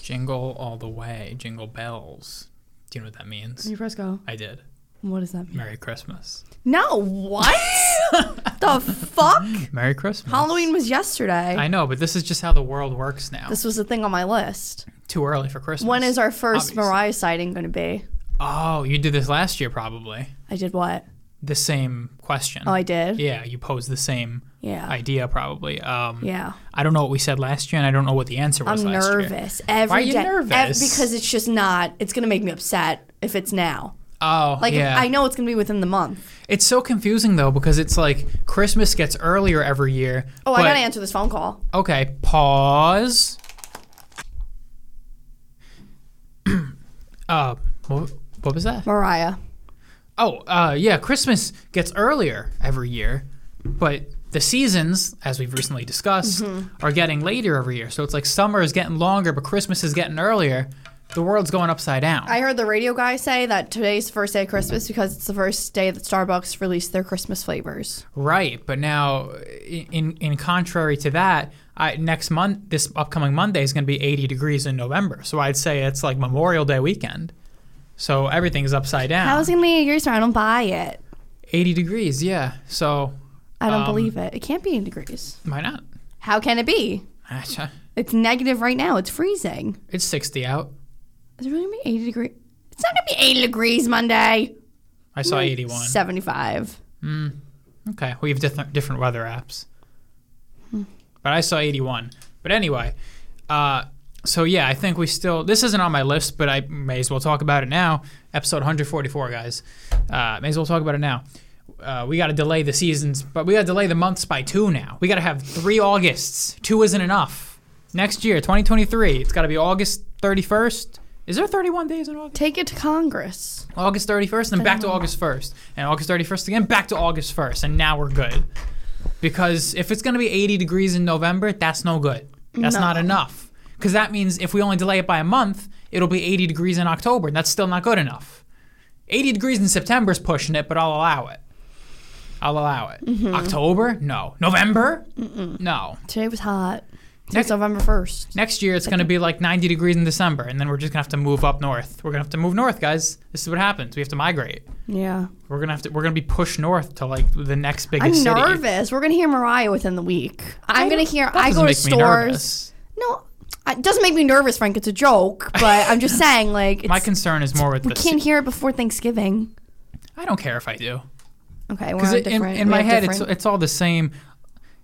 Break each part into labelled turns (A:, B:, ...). A: Jingle all the way, jingle bells. Do you know what that means?
B: You Fresco.
A: I did.
B: What does that mean?
A: Merry Christmas.
B: No, what? the fuck?
A: Merry Christmas.
B: Halloween was yesterday.
A: I know, but this is just how the world works now.
B: this was the thing on my list.
A: Too early for Christmas.
B: When is our first
A: Obviously.
B: Mariah sighting going to be?
A: Oh, you did this last year probably.
B: I did what?
A: The same question.
B: Oh, I did.
A: Mm. Yeah, you posed the same
B: Yeah.
A: idea probably. Um,
B: yeah.
A: I don't know what we said last year, and I don't know what the answer
B: I'm
A: was last year.
B: nervous. Every
A: Why are you
B: day- ev-
A: nervous?
B: because it's just not. It's going to make me upset if it's now.
A: Oh,
B: Like if-
A: yeah.
B: I know it's going to be within the month.
A: It's so confusing though because it's like Christmas gets earlier every year.
B: Oh, I
A: but-
B: got to answer this phone call.
A: Okay, pause. uh, what, what was that?
B: Mariah.
A: Oh, uh, yeah, Christmas gets earlier every year, but the seasons, as we've recently discussed, are getting later every year. So it's like summer is getting longer, but Christmas is getting earlier. The world's going upside down.
B: I heard the radio guy say that today's the first day of Christmas because it's the first day that Starbucks released their Christmas flavors.
A: Right, but now in in contrary to that, I, next month, this upcoming Monday is going to be 80 degrees in November. So I'd say it's like Memorial Day weekend. So everything's upside down.
B: How is it going to be a year I don't buy it.
A: 80 degrees, yeah. So
B: I don't believe it. It can't be in degrees.
A: why not?
B: Um, How can it be? It's negative right now. It's freezing.
A: It's 60 out.
B: Is it really going to be 80 degrees? It's not going to be 80 degrees Monday.
A: I saw 81.
B: 75.
A: Okay, we have different different weather apps. But I saw 81. But anyway, uh, so yeah, I think we still. This isn't on my list, but I may as well talk about it now. Episode 144, guys. Uh, may as well talk about it now. Uh, we got to delay the seasons, but we got to delay the months by two now. We got to have three Augusts. Two isn't enough. Next year, 2023, it's got to be August 31st. Is there 31 days in August?
B: Take it to Congress.
A: August 31st, and back to August 1st, and August 31st again, back to August 1st, and now we're good. Because if it's going to be 80 degrees in November, that's no good. That's not
B: No.
A: enough. Because that means if we only delay it by a month, it'll be 80 degrees in October, and that's still not good enough. 80 degrees in September is pushing it, but I'll allow it. I'll allow it. October? No. November? No.
B: Today was hot. It's
A: Next-
B: November 1st.
A: Next year, it's going to be like 90 degrees in December, and then we're just going to have to move up north. We're going to have to move north, guys. This is what happens. We have to migrate.
B: Yeah.
A: We're gonna have to. We're gonna be pushed north to like the next biggest
B: I'm
A: city.
B: nervous. We're going to hear Mariah within the week. I'm going to hear, I
A: Doesn't
B: go to
A: make me
B: stores.
A: nervous.
B: No, it doesn't make me nervous, Frank. It's a joke, but I'm just saying, like, it's,
A: My concern is more with the.
B: we can't hear it before Thanksgiving.
A: I don't care if I do
B: Okay, we're
A: because
B: on
A: in,
B: different.
A: in
B: we
A: my
B: have
A: head it's
B: different-
A: it's all the same.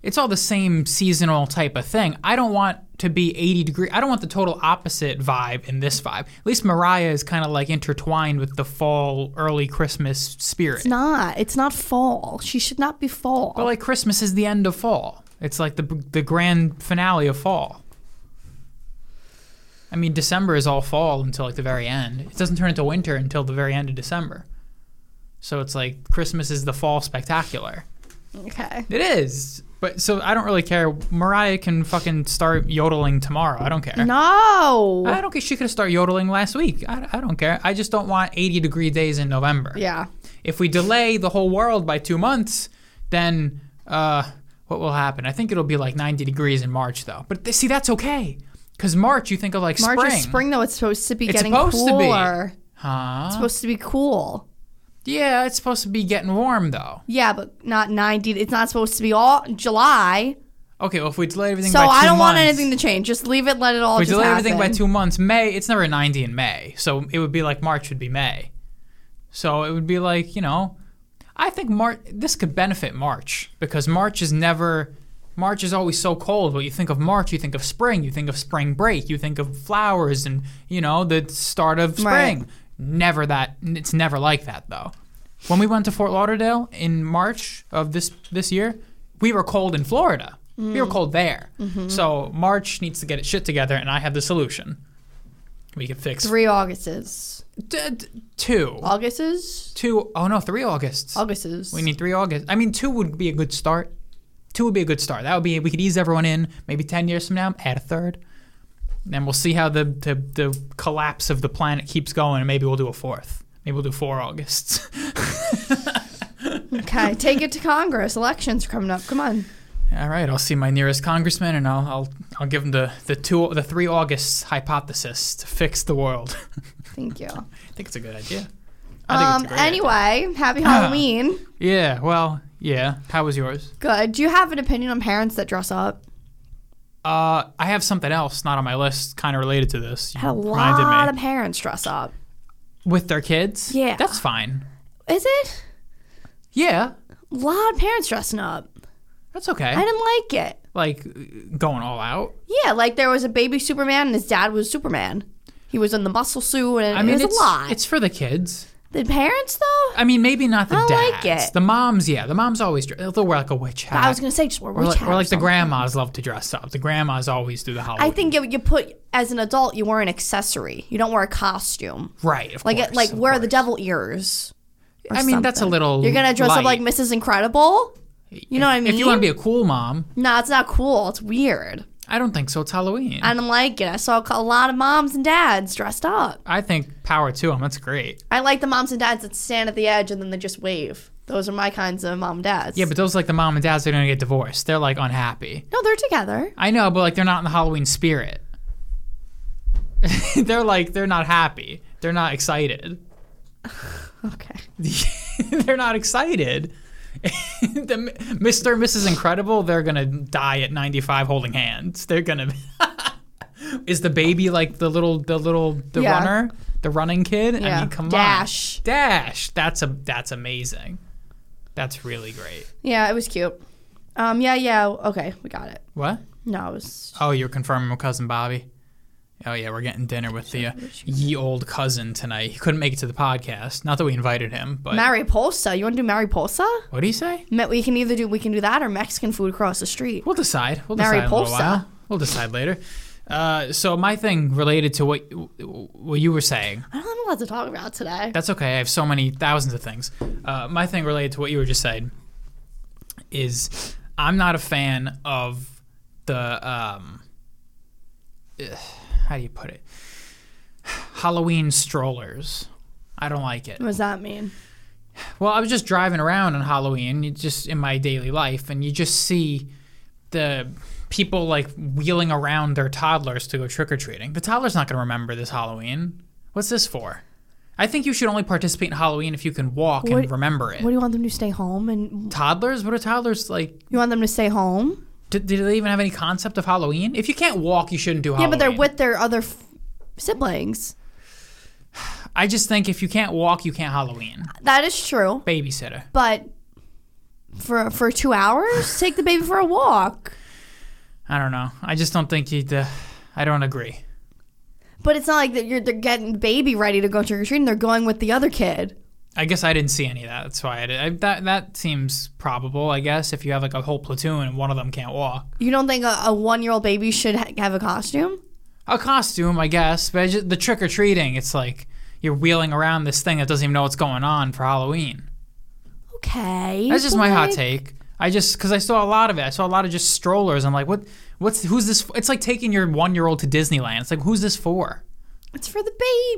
A: It's all the same seasonal type of thing. I don't want to be 80 degree. I don't want the total opposite vibe in this vibe. At least Mariah is kind of like intertwined with the fall, early Christmas spirit.
B: it's not. It's not fall. She should not be fall.
A: But like Christmas is the end of fall. It's like the the grand finale of fall. I mean, December is all fall until like the very end. It doesn't turn into winter until the very end of December. So it's like Christmas is the fall spectacular.
B: okay.
A: It is. But so I don't really care. Mariah can fucking start yodeling tomorrow. I don't care.
B: No.
A: I don't care. She could have started yodeling last week. I, I don't care. I just don't want 80 degree days in November
B: yeah.
A: if we delay the whole world by two months, then uh, what will happen? I think it'll be like 90 degrees in March, though. But th- see, that's okay. Because March, you think of like
B: March
A: spring.
B: is spring though. It's supposed to be
A: It's
B: getting
A: supposed to be.
B: cooler.
A: Huh?
B: It's supposed to be cool.
A: Yeah, it's supposed to be getting warm, though.
B: Yeah, but not 90. It's not supposed to be all July.
A: Okay, well, if we delay everything
B: So
A: by two
B: I don't want
A: months-
B: anything to change. Just leave it. Let it all
A: If we
B: just
A: delay
B: happen.
A: everything by two months, May, it's never 90 in May. So it would be like March would be May. So it would be like, you know, I think March, this could benefit March because March is never, March is always so cold. But you think of March, you think of spring, you think of spring break, you think of flowers and, you know, the start of
B: Right.
A: spring. Never that, it's never like that though. When we went to Fort Lauderdale in March of this this year, we were cold in Florida. We were
B: Mm.
A: cold there.
B: Mm-hmm.
A: So March needs to get its shit together, and I have the solution. We can fix
B: Three Augustes.
A: D- d- two,
B: Augustes.
A: two. Oh no, three Augusts.
B: Augustes.
A: We need three August. I mean, two would be a good start. Two would be a good start. That would be we could ease everyone in. Maybe ten years from now, add a third. And then we'll see how the, the the collapse of the planet keeps going, and maybe we'll do a fourth. Maybe we'll do four Augusts.
B: Okay, take it to Congress. Elections are coming up. Come on.
A: All right, I'll see my nearest congressman and I'll I'll, I'll give him the the two the three Augusts hypothesis to fix the world.
B: Thank you.
A: I think it's a good idea. I think
B: Um,
A: it's a great idea.
B: anyway, happy Halloween.
A: Yeah. Well. Yeah. How was yours?
B: Good. Do you have an opinion on parents that dress up?
A: Uh, I have something else not on my list, kind of related to this. You
B: I had a
A: reminded
B: lot
A: me
B: of parents dress up.
A: with their kids.
B: Yeah.
A: That's fine.
B: Is it?
A: Yeah.
B: A lot of parents dressing up.
A: That's okay.
B: I didn't like it.
A: like going all out.
B: Yeah, like there was a baby Superman and his dad was Superman. He was in the muscle suit and
A: I mean,
B: it was
A: it's
B: a lot.
A: it's for the kids.
B: the parents though?
A: I mean, maybe not the
B: I like
A: dads.
B: it.
A: The moms, yeah, the moms always dr- they'll wear like a witch hat.
B: I was gonna say just wear
A: or
B: witch
A: like,
B: hat
A: or like the
B: something.
A: grandmas love to dress up. The grandmas always do the Halloween.
B: I think if you put as an adult you wear an accessory. You don't wear a costume.
A: right, of
B: Like
A: course,
B: it, like
A: of
B: wear the
A: course.
B: devil ears. or
A: I mean, that's a
B: something.
A: little.
B: You're gonna dress up like
A: light.
B: Mrs. Incredible? You know what I mean?
A: If you want to be a cool mom,
B: Nah, it's not cool. It's weird.
A: I don't think so. It's Halloween.
B: I don't like it. I saw a lot of moms and dads dressed up.
A: I think power to them. That's great.
B: I like the moms and dads that stand at the edge and then they just wave. Those are my kinds of mom and dads.
A: Yeah, but those like the mom and dads are gonna get divorced. They're like unhappy.
B: no, they're together.
A: I know, but like they're not in the Halloween spirit. they're like they're not happy. They're not excited.
B: Okay.
A: they're not excited. the M- Mr. and Mrs. Incredible, they're gonna die at 95 holding hands. They're gonna. Is the baby like the little the little the
B: Yeah.
A: runner the running kid? I
B: Yeah.
A: mean, come
B: Dash.
A: on, Dash. That's a that's amazing. That's really great.
B: Yeah, it was cute. Um, yeah, yeah. Okay, we got it.
A: What?
B: No, it was.
A: Oh, you're confirming with cousin Bobby. Oh yeah, we're getting dinner with the uh, ye old cousin tonight. He couldn't make it to the podcast. Not that we invited him, but
B: Mariposa. You want to do Mariposa?
A: what do you say?
B: Me- We can either do we can do that or Mexican food across the street.
A: We'll decide. We'll decide in a little
B: Mariposa.
A: while. We'll decide later. Uh, so my thing related to what what you were saying.
B: I don't have a lot to talk about today.
A: That's okay. I have so many thousands of things. Uh, my thing related to what you were just saying is I'm not a fan of the um, eh, how do you put it? Halloween strollers. I don't like it.
B: What does that mean?
A: Well, I was just driving around on Halloween, you just in my daily life, and you just see the people like wheeling around their toddlers to go trick or treating. The toddler's not going to remember this Halloween. What's this for? I think you should only participate in Halloween if you can walk and
B: What-
A: remember it.
B: What do you want them to stay home? And
A: toddlers? What are toddlers like?
B: you want them to stay home?
A: Do, do they even have any concept of Halloween? If you can't walk, you shouldn't do
B: Yeah,
A: Halloween.
B: but they're with their other f- siblings.
A: I just think if you can't walk, you can't Halloween.
B: That is true.
A: Babysitter.
B: But for for two hours, take the baby for a walk.
A: I don't know. I just don't think you. Uh, I don't agree.
B: But it's not like that you're they're getting the baby ready to go trick or treating. They're going with the other kid.
A: I guess I didn't see any of that. That's why I did. I, that that seems probable. I guess if you have like a whole platoon and one of them can't walk,
B: You don't think a, a one year old baby should ha- have a costume?
A: a costume, I guess. But I ju- the trick or treating, it's like you're wheeling around this thing that doesn't even know what's going on for Halloween.
B: Okay.
A: That's just my hot
B: boy.
A: take. I just because I saw a lot of it. I saw a lot of just strollers. I'm like, what? What's who's this? f- It's like taking your one year old to Disneyland. It's like who's this for?
B: It's for the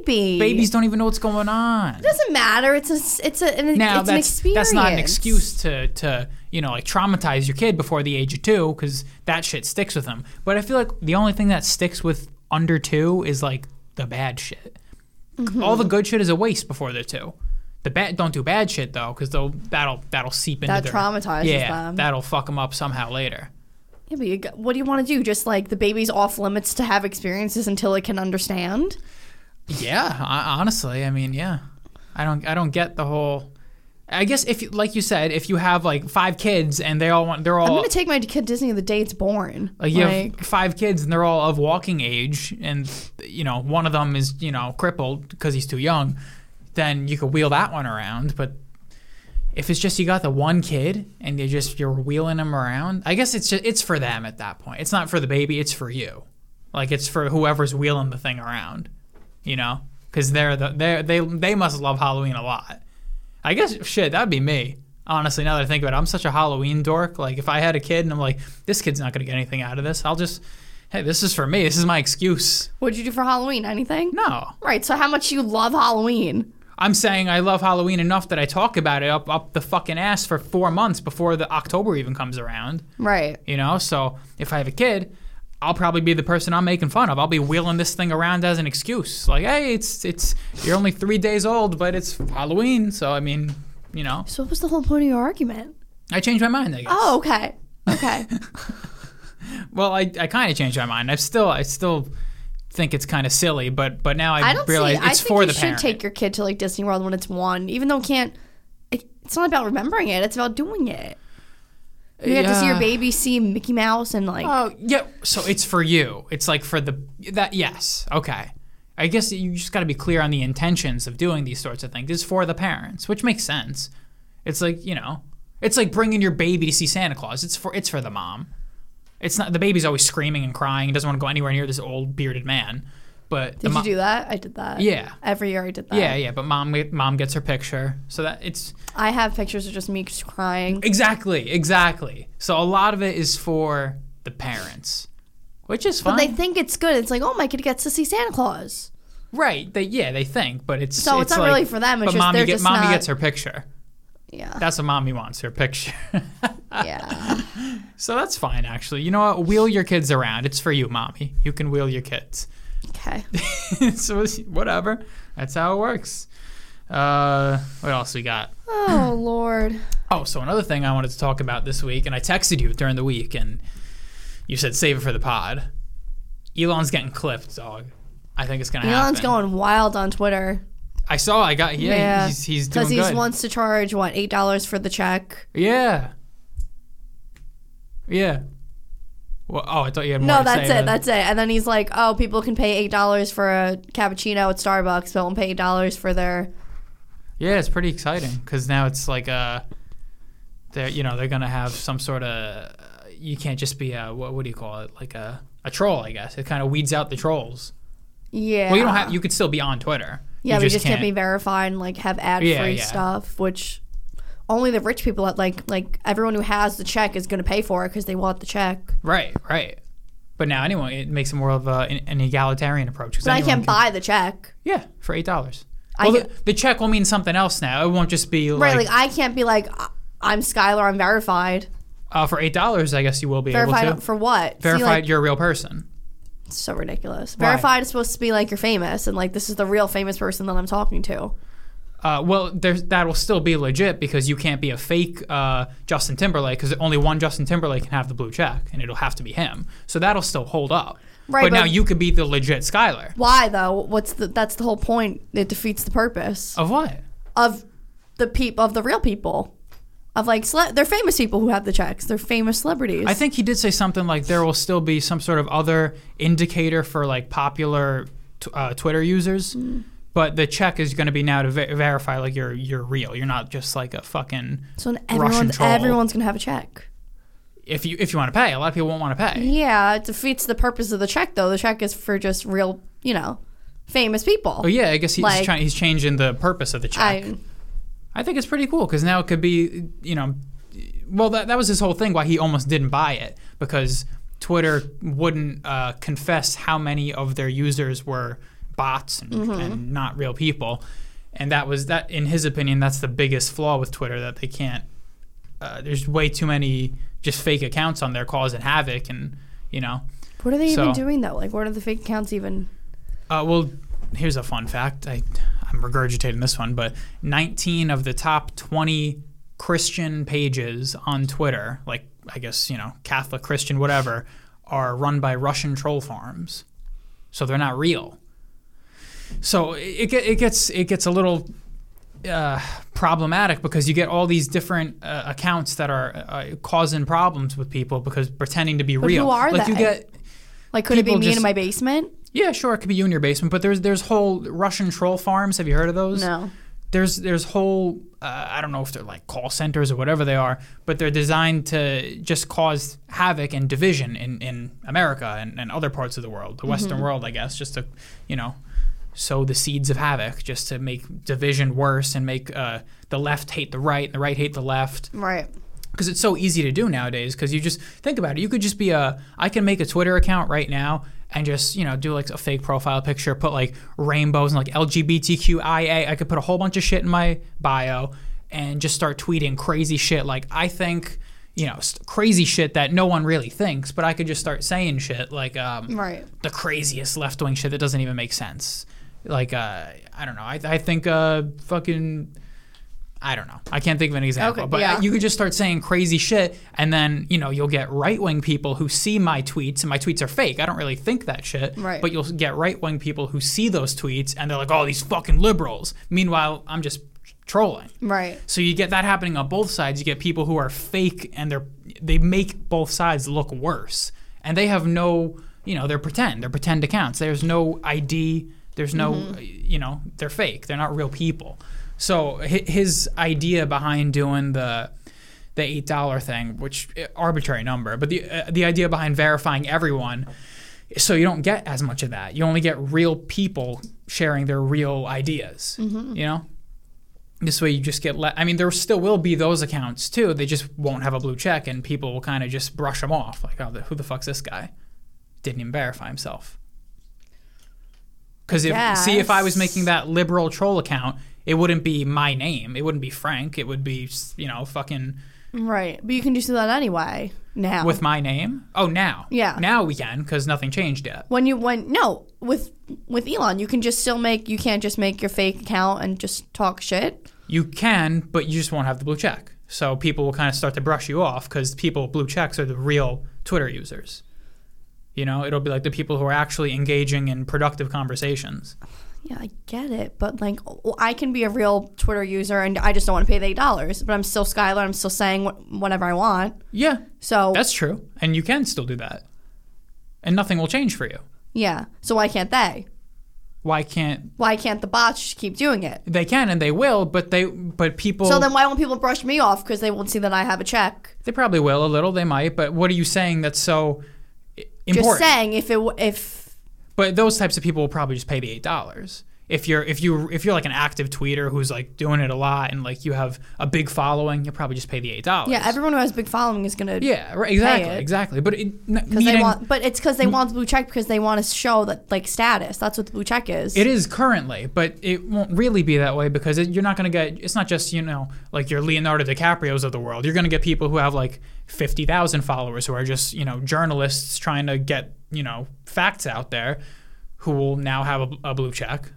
B: baby.
A: Babies don't even know what's going on.
B: It doesn't matter. It's a it's a an,
A: Now
B: it's an
A: that's
B: experience.
A: that's not an excuse to to you know like traumatize your kid before the age of two because that shit sticks with them. But I feel like the only thing that sticks with under two is like the bad shit.
B: Mm-hmm.
A: All the good shit is a waste before they're two. The bad don't do bad shit though because they'll that'll that'll seep into
B: That
A: their,
B: traumatizes
A: yeah,
B: them.
A: that'll fuck them up somehow later.
B: Yeah, but you go- what do you want to do? Just like the baby's off limits to have experiences until it can understand.
A: Yeah, I, honestly, I mean, yeah, I don't, I don't get the whole. I guess if, you, like you said, if you have like five kids and they all want, they're all
B: I'm gonna take my kid to Disney the day it's born.
A: Oh. Like you
B: Like,
A: have five kids and they're all of walking age, and you know one of them is you know crippled because he's too young. Then you could wheel that one around, but if it's just you got the one kid and you just you're wheeling him around, I guess it's just it's for them at that point. It's not for the baby, it's for you. Like it's for whoever's wheeling the thing around, you know, because they're the they are they they must love Halloween a lot. I guess shit, that'd be me. Honestly, now that I think about it, I'm such a Halloween dork. Like if I had a kid and I'm like, this kid's not gonna get anything out of this, I'll just hey, this is for me. This is my excuse.
B: what'd you do for Halloween? Anything?
A: No.
B: Right. So how much you love Halloween?
A: I'm saying I love Halloween enough that I talk about it up up the fucking ass for four months before the October even comes around.
B: Right.
A: You know, so if I have a kid, I'll probably be the person I'm making fun of. I'll be wheeling this thing around as an excuse, like, hey, it's it's you're only three days old, but it's Halloween, so I mean, you know,
B: So what was the whole point of your argument?
A: I changed my mind. I guess.
B: Oh, okay. Okay.
A: Well, I, I kind of changed my mind. I still I still think it's kind of silly, but but now I,
B: I don't
A: realize
B: see. I
A: it's
B: think
A: for
B: you
A: the
B: should
A: parent.
B: take your kid to like Disney World when it's one, even though it can't. It, it's not about remembering it; it's about doing it. You have to see your
A: Yeah.
B: baby see Mickey Mouse and like.
A: Oh yeah, so it's for you. It's like for the that yes, okay. I guess you just got to be clear on the intentions of doing these sorts of things. It's for the parents, which makes sense. It's like you know, it's like bringing your baby to see Santa Claus. It's for it's for the mom. It's not the baby's always screaming and crying. He doesn't want to go anywhere near this old bearded man. But the
B: did
A: mo-
B: you do that? I did that.
A: Yeah.
B: Every year I did that.
A: yeah, yeah. But mom mom gets her picture, so that it's
B: I have pictures of just me just crying.
A: Exactly, exactly. So a lot of it is for the parents, which is fine.
B: But they think it's good. It's like, oh, my kid gets to see Santa Claus.
A: right? They yeah, they think, but it's
B: So it's not
A: like-
B: really for them, it's
A: but
B: just
A: mommy,
B: they're
A: get-
B: just
A: mommy
B: not-
A: gets her picture.
B: Yeah.
A: That's what mommy wants, her picture.
B: yeah.
A: so that's fine, actually. You know what? Wheel your kids around. It's for you, mommy. You can wheel your kids.
B: Okay.
A: so it's- whatever. That's how it works. Uh, what else we got?
B: Oh Lord.
A: Oh, so another thing I wanted to talk about this week, and I texted you during the week, and you said save it for the pod. Elon's getting clipped, dog. I think it's gonna happen.
B: Elon's going wild on Twitter
A: I saw. I got. Yeah,
B: Yeah.
A: he's he's doing
B: because he
A: good.
B: wants to charge what eight dollars for the check.
A: yeah. Yeah. Well, oh, I thought you had more.
B: No,
A: to
B: that's
A: say
B: it. That's it. And then he's like, oh, people can pay eight dollars for a cappuccino at Starbucks, but won't pay eight dollars for their.
A: yeah. It's pretty exciting because now it's like uh, they're you know they're gonna have some sort of you can't just be a what what do you call it like a a troll I guess it kind of weeds out the trolls.
B: Yeah.
A: Well, you don't have. You could still be on Twitter.
B: Yeah,
A: you
B: we just can't, be verified and like have ad free
A: Yeah, yeah.
B: stuff, which only the rich people at like like everyone who has the check is going to pay for it because they want the check.
A: Right, right. But now anyway, it makes it more of a, an, an egalitarian approach. 'cause
B: But I
A: anyone
B: can't
A: can-
B: buy the check.
A: Yeah, for eight dollars.
B: I
A: Well, the,
B: can-
A: the check will mean something else now. It won't just be like,
B: Right, like, I can't be like I- I'm Skylar, I'm verified.
A: uh, for eight dollars. I guess you will be able to
B: Verified for what? See,
A: verified.
B: like,
A: you're a real person.
B: it's so ridiculous.
A: Why?
B: Verified is supposed to be like you're famous and like this is the real famous person that I'm talking to.
A: Uh, well, there's, that will still be legit because you can't be a fake uh, Justin Timberlake because only one Justin Timberlake can have the blue check, and it'll have to be him. So that'll still hold up.
B: Right,
A: but now
B: but-
A: you could be the legit Skylar.
B: Why though? What's the? That's the whole point. It defeats the purpose
A: Of what?
B: of the peep of the real people. Of like, cele- they're famous people who have the checks. They're famous celebrities.
A: I think he did say something like there will still be some sort of other indicator for like popular t- uh, Twitter users,
B: Mm.
A: but the check is going to be now to ver- verify like you're you're real. You're not just like a fucking
B: so then
A: Russian
B: everyone's
A: troll.
B: everyone's gonna have a check.
A: if you if you want to pay. A lot of people won't want to pay.
B: Yeah, it defeats the purpose of the check though. The check is for just real, you know, famous people.
A: Oh yeah, I guess he's
B: Like-
A: trying, he's changing the purpose of the check. I,
B: I,
A: think it's pretty cool because now it could be you know, well that that was his whole thing why he almost didn't buy it because Twitter wouldn't uh, confess how many of their users were bots and, and not real people, and that was that in his opinion that's the biggest flaw with Twitter that they can't. Uh, there's way too many just fake accounts on there causing havoc and you know
B: what are they
A: So-
B: even doing though? Like, what are the fake accounts even?
A: Uh, well, here's a fun fact. I, I'm regurgitating this one, but 19 of the top 20 Christian pages on Twitter, like I guess you know Catholic, Christian, whatever, are run by Russian troll farms, so they're not real. So it, it get- it gets it gets a little uh, problematic because you get all these different uh, accounts that are uh, causing problems with people because pretending to be real.
B: who are
A: like you
B: they?
A: get
B: Like, could it be
A: People
B: me
A: just-
B: in my basement?
A: yeah, sure, it could be you in your basement, but there's there's whole Russian troll farms. Have you heard of those?
B: No.
A: There's there's whole uh, I don't know if they're like call centers or whatever they are, but they're designed to just cause havoc and division in in America and, and other parts of the world, the Western world, I guess, just to you know sow the seeds of havoc, just to make division worse and make uh, the left hate the right and the right hate the left
B: Right.
A: because it's so easy to do nowadays because you just think about it you could just be a i can make a twitter account right now and just you know do like a fake profile picture, put like rainbows and like LGBTQIA. I could put a whole bunch of shit in my bio and just start tweeting crazy shit. Like I think you know st- crazy shit that no one really thinks, but I could just start saying shit like um,
B: Right.
A: the craziest left wing shit that doesn't even make sense. Like uh, I don't know. I, I think uh, fucking I don't know. I can't think of an example,
B: Okay,
A: but
B: yeah.
A: you could just start saying crazy shit, and then you know you'll get right wing people who see my tweets, and my tweets are fake. I don't really think that shit,
B: Right.
A: but you'll get right wing people who see those tweets, and they're like, "Oh, these fucking liberals." Meanwhile, I'm just trolling.
B: Right.
A: So you get that happening on both sides. You get people who are fake and they're they make both sides look worse. And they have no, you know, they're pretend. They're pretend accounts. There's no ID. There's no, you know, they're fake. They're not real people. So hi- his idea behind doing the the eight dollar thing, which eh, arbitrary number, but the uh, the idea behind verifying everyone, so you don't get as much of that. You only get real people sharing their real ideas. You know, this way you just get let i mean there still will be those accounts too they just won't have a blue check and people will kind of just brush them off like oh the, who the fuck's this guy didn't even verify himself because if see if i was
B: Yes.
A: making that liberal troll account it wouldn't be my name it wouldn't be frank it would be you know fucking
B: Right. But you can just do that anyway now.
A: with my name oh now
B: Yeah.
A: now we can because nothing changed yet
B: when you when no with with Elon, you can just still make you can't just make your fake account and just talk shit.
A: You can, but you just won't have the blue check. So people will kind of start to brush you off because people with blue checks are the real Twitter users. You know, it'll be like the people who are actually engaging in productive conversations.
B: Yeah, I get it, but like w- I can be a real Twitter user and I just don't want to pay the eight dollars, but I'm still Skylar. I'm still saying wh- whatever I want.
A: Yeah,
B: So
A: that's true. And you can still do that. And nothing will change for you.
B: yeah, so why can't they?
A: Why can't
B: Why can't the bots just keep doing it?
A: they can and they will, but they but people
B: So then why won't people brush me off because they won't see that I have a check?
A: they probably will a little, they might, but what are you saying that's so i-
B: Just
A: important?
B: saying, if it w- if
A: But those types of people will probably just pay the eight dollars. If you're if you if you're like an active tweeter who's like doing it a lot and like you have a big following, you'll probably just pay the eight dollars.
B: yeah, everyone who has big following is gonna
A: yeah, right, exactly,
B: it.
A: exactly. But it, n-
B: Because
A: meaning-
B: they want, but it's because they want the blue check because they want to show that like status. That's what the blue check is.
A: It is currently, but it won't really be that way because it, you're not going to get. It's not just you know like your Leonardo DiCaprio's of the world. You're going to get people who have like fifty thousand followers who are just you know journalists trying to get you know facts out there, who will now have a, a blue check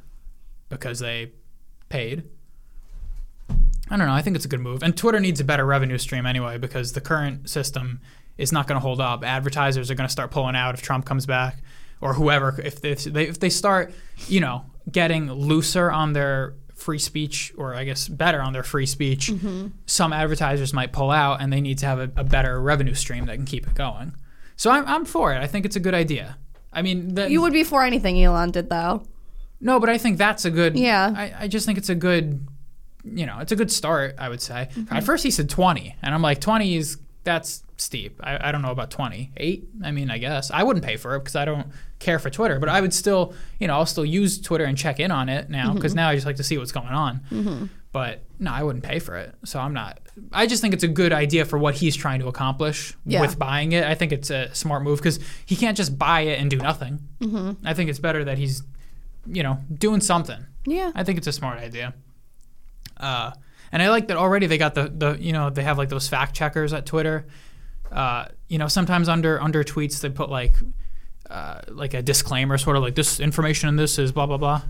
A: because they paid. I don't know. I think it's a good move, and Twitter needs a better revenue stream anyway because the current system is not going to hold up. Advertisers are going to start pulling out if Trump comes back, or whoever. If they, if they if they start, you know, getting looser on their free speech, or I guess better on their free speech,
B: Mm-hmm.
A: some advertisers might pull out, and they need to have a, a better revenue stream that can keep it going. So I'm I'm for it. I think it's a good idea. I mean, the,
B: you would be for anything Elon did though.
A: no, but I think that's a good.
B: Yeah.
A: I, I just think it's a good, you know, it's a good start, I would say. At first, he said 20, and I'm like, 20 is, that's steep. I, I don't know about 20. Eight? I mean, I guess. I wouldn't pay for it because I don't care for Twitter, but I would still, you know, I'll still use Twitter and check in on it now because now I just like to see what's going on. But no, I wouldn't pay for it. So I'm not. I just think it's a good idea for what he's trying to accomplish
B: Yeah.
A: with buying it. I think it's a smart move because he can't just buy it and do nothing. I think it's better that he's, you know, doing something.
B: Yeah.
A: I think it's a smart idea. Uh, and I like that already they got the, the you know they have like those fact checkers at Twitter. Uh, you know sometimes under under tweets they put like uh, like a disclaimer sort of like this information in this is blah blah blah.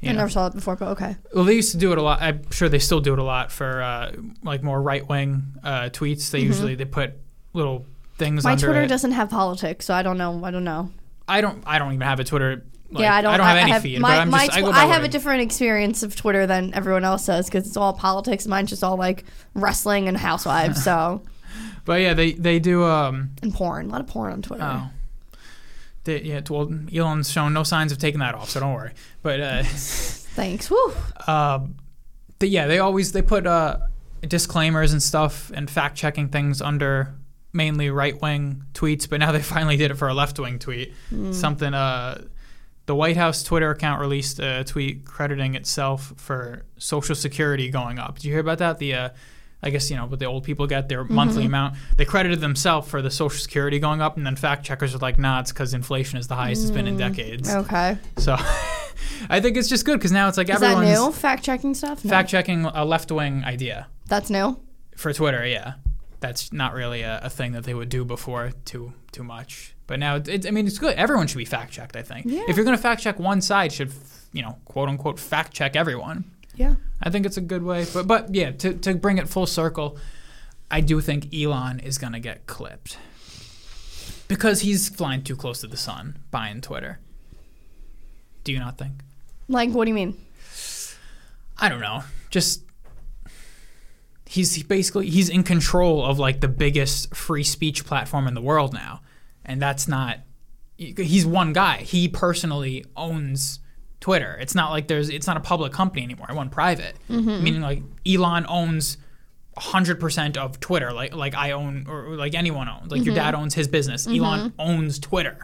A: You
B: I
A: know.
B: never saw it before, but okay.
A: Well, they used to do it a lot. I'm sure they still do it a lot for uh, like more right wing uh, tweets. They usually they put little things
B: Mm-hmm. My
A: under
B: Twitter
A: it.
B: doesn't have politics, so I don't know. I don't know.
A: I don't. I don't even have a Twitter. Like,
B: yeah, I don't.
A: have any
B: have,
A: feed.
B: My,
A: but I'm
B: my
A: just. I,
B: tw-
A: go by
B: I have
A: what
B: a
A: I-
B: different experience of Twitter than everyone else does because it's all politics. Mine's just all like wrestling and housewives, so
A: But yeah, they they do. Um,
B: and porn. A lot of porn on Twitter.
A: Oh. They, yeah, well, Elon's shown no signs of taking that off, so don't worry. But uh,
B: Thanks. Whew.
A: um, but yeah, they always they put uh, disclaimers and stuff and fact checking things under mainly right wing tweets, but now they finally did it for a left wing tweet.
B: Hmm.
A: Something uh, the White House Twitter account released a uh, I guess you know what the old people get their monthly
B: Mm-hmm.
A: amount. They credited themselves for the Social Security going up, and then fact checkers are like, "Nah, it's because inflation is the highest it's been in
B: Mm.
A: decades."
B: Okay.
A: So I think it's just good because now it's like
B: Oh. Is that
A: everyone's
B: new? Fact checking stuff? No.
A: fact checking a left wing idea
B: That's new.
A: for Twitter. Yeah, that's not really a, a thing that they would do before too too much. But now, it, it, I mean, it's good. Everyone should be fact checked. I think
B: Yeah.
A: if you're going to fact check one side, should you know, quote unquote, fact check everyone.
B: Yeah.
A: I think it's a good way. But but yeah, to to bring it full circle, I do think Elon is going to get clipped because he's flying too close to the sun buying Twitter. Do you not think?
B: Like, what do you mean?
A: I don't know. Just he's basically he's in control of like the biggest free speech platform in the world now, and that's not. He's one guy. He personally owns Twitter. It's not like there's. It's not a public company anymore. One private, meaning like Elon owns. 100% of Twitter like like I own or like anyone owns like your dad owns his business Elon owns Twitter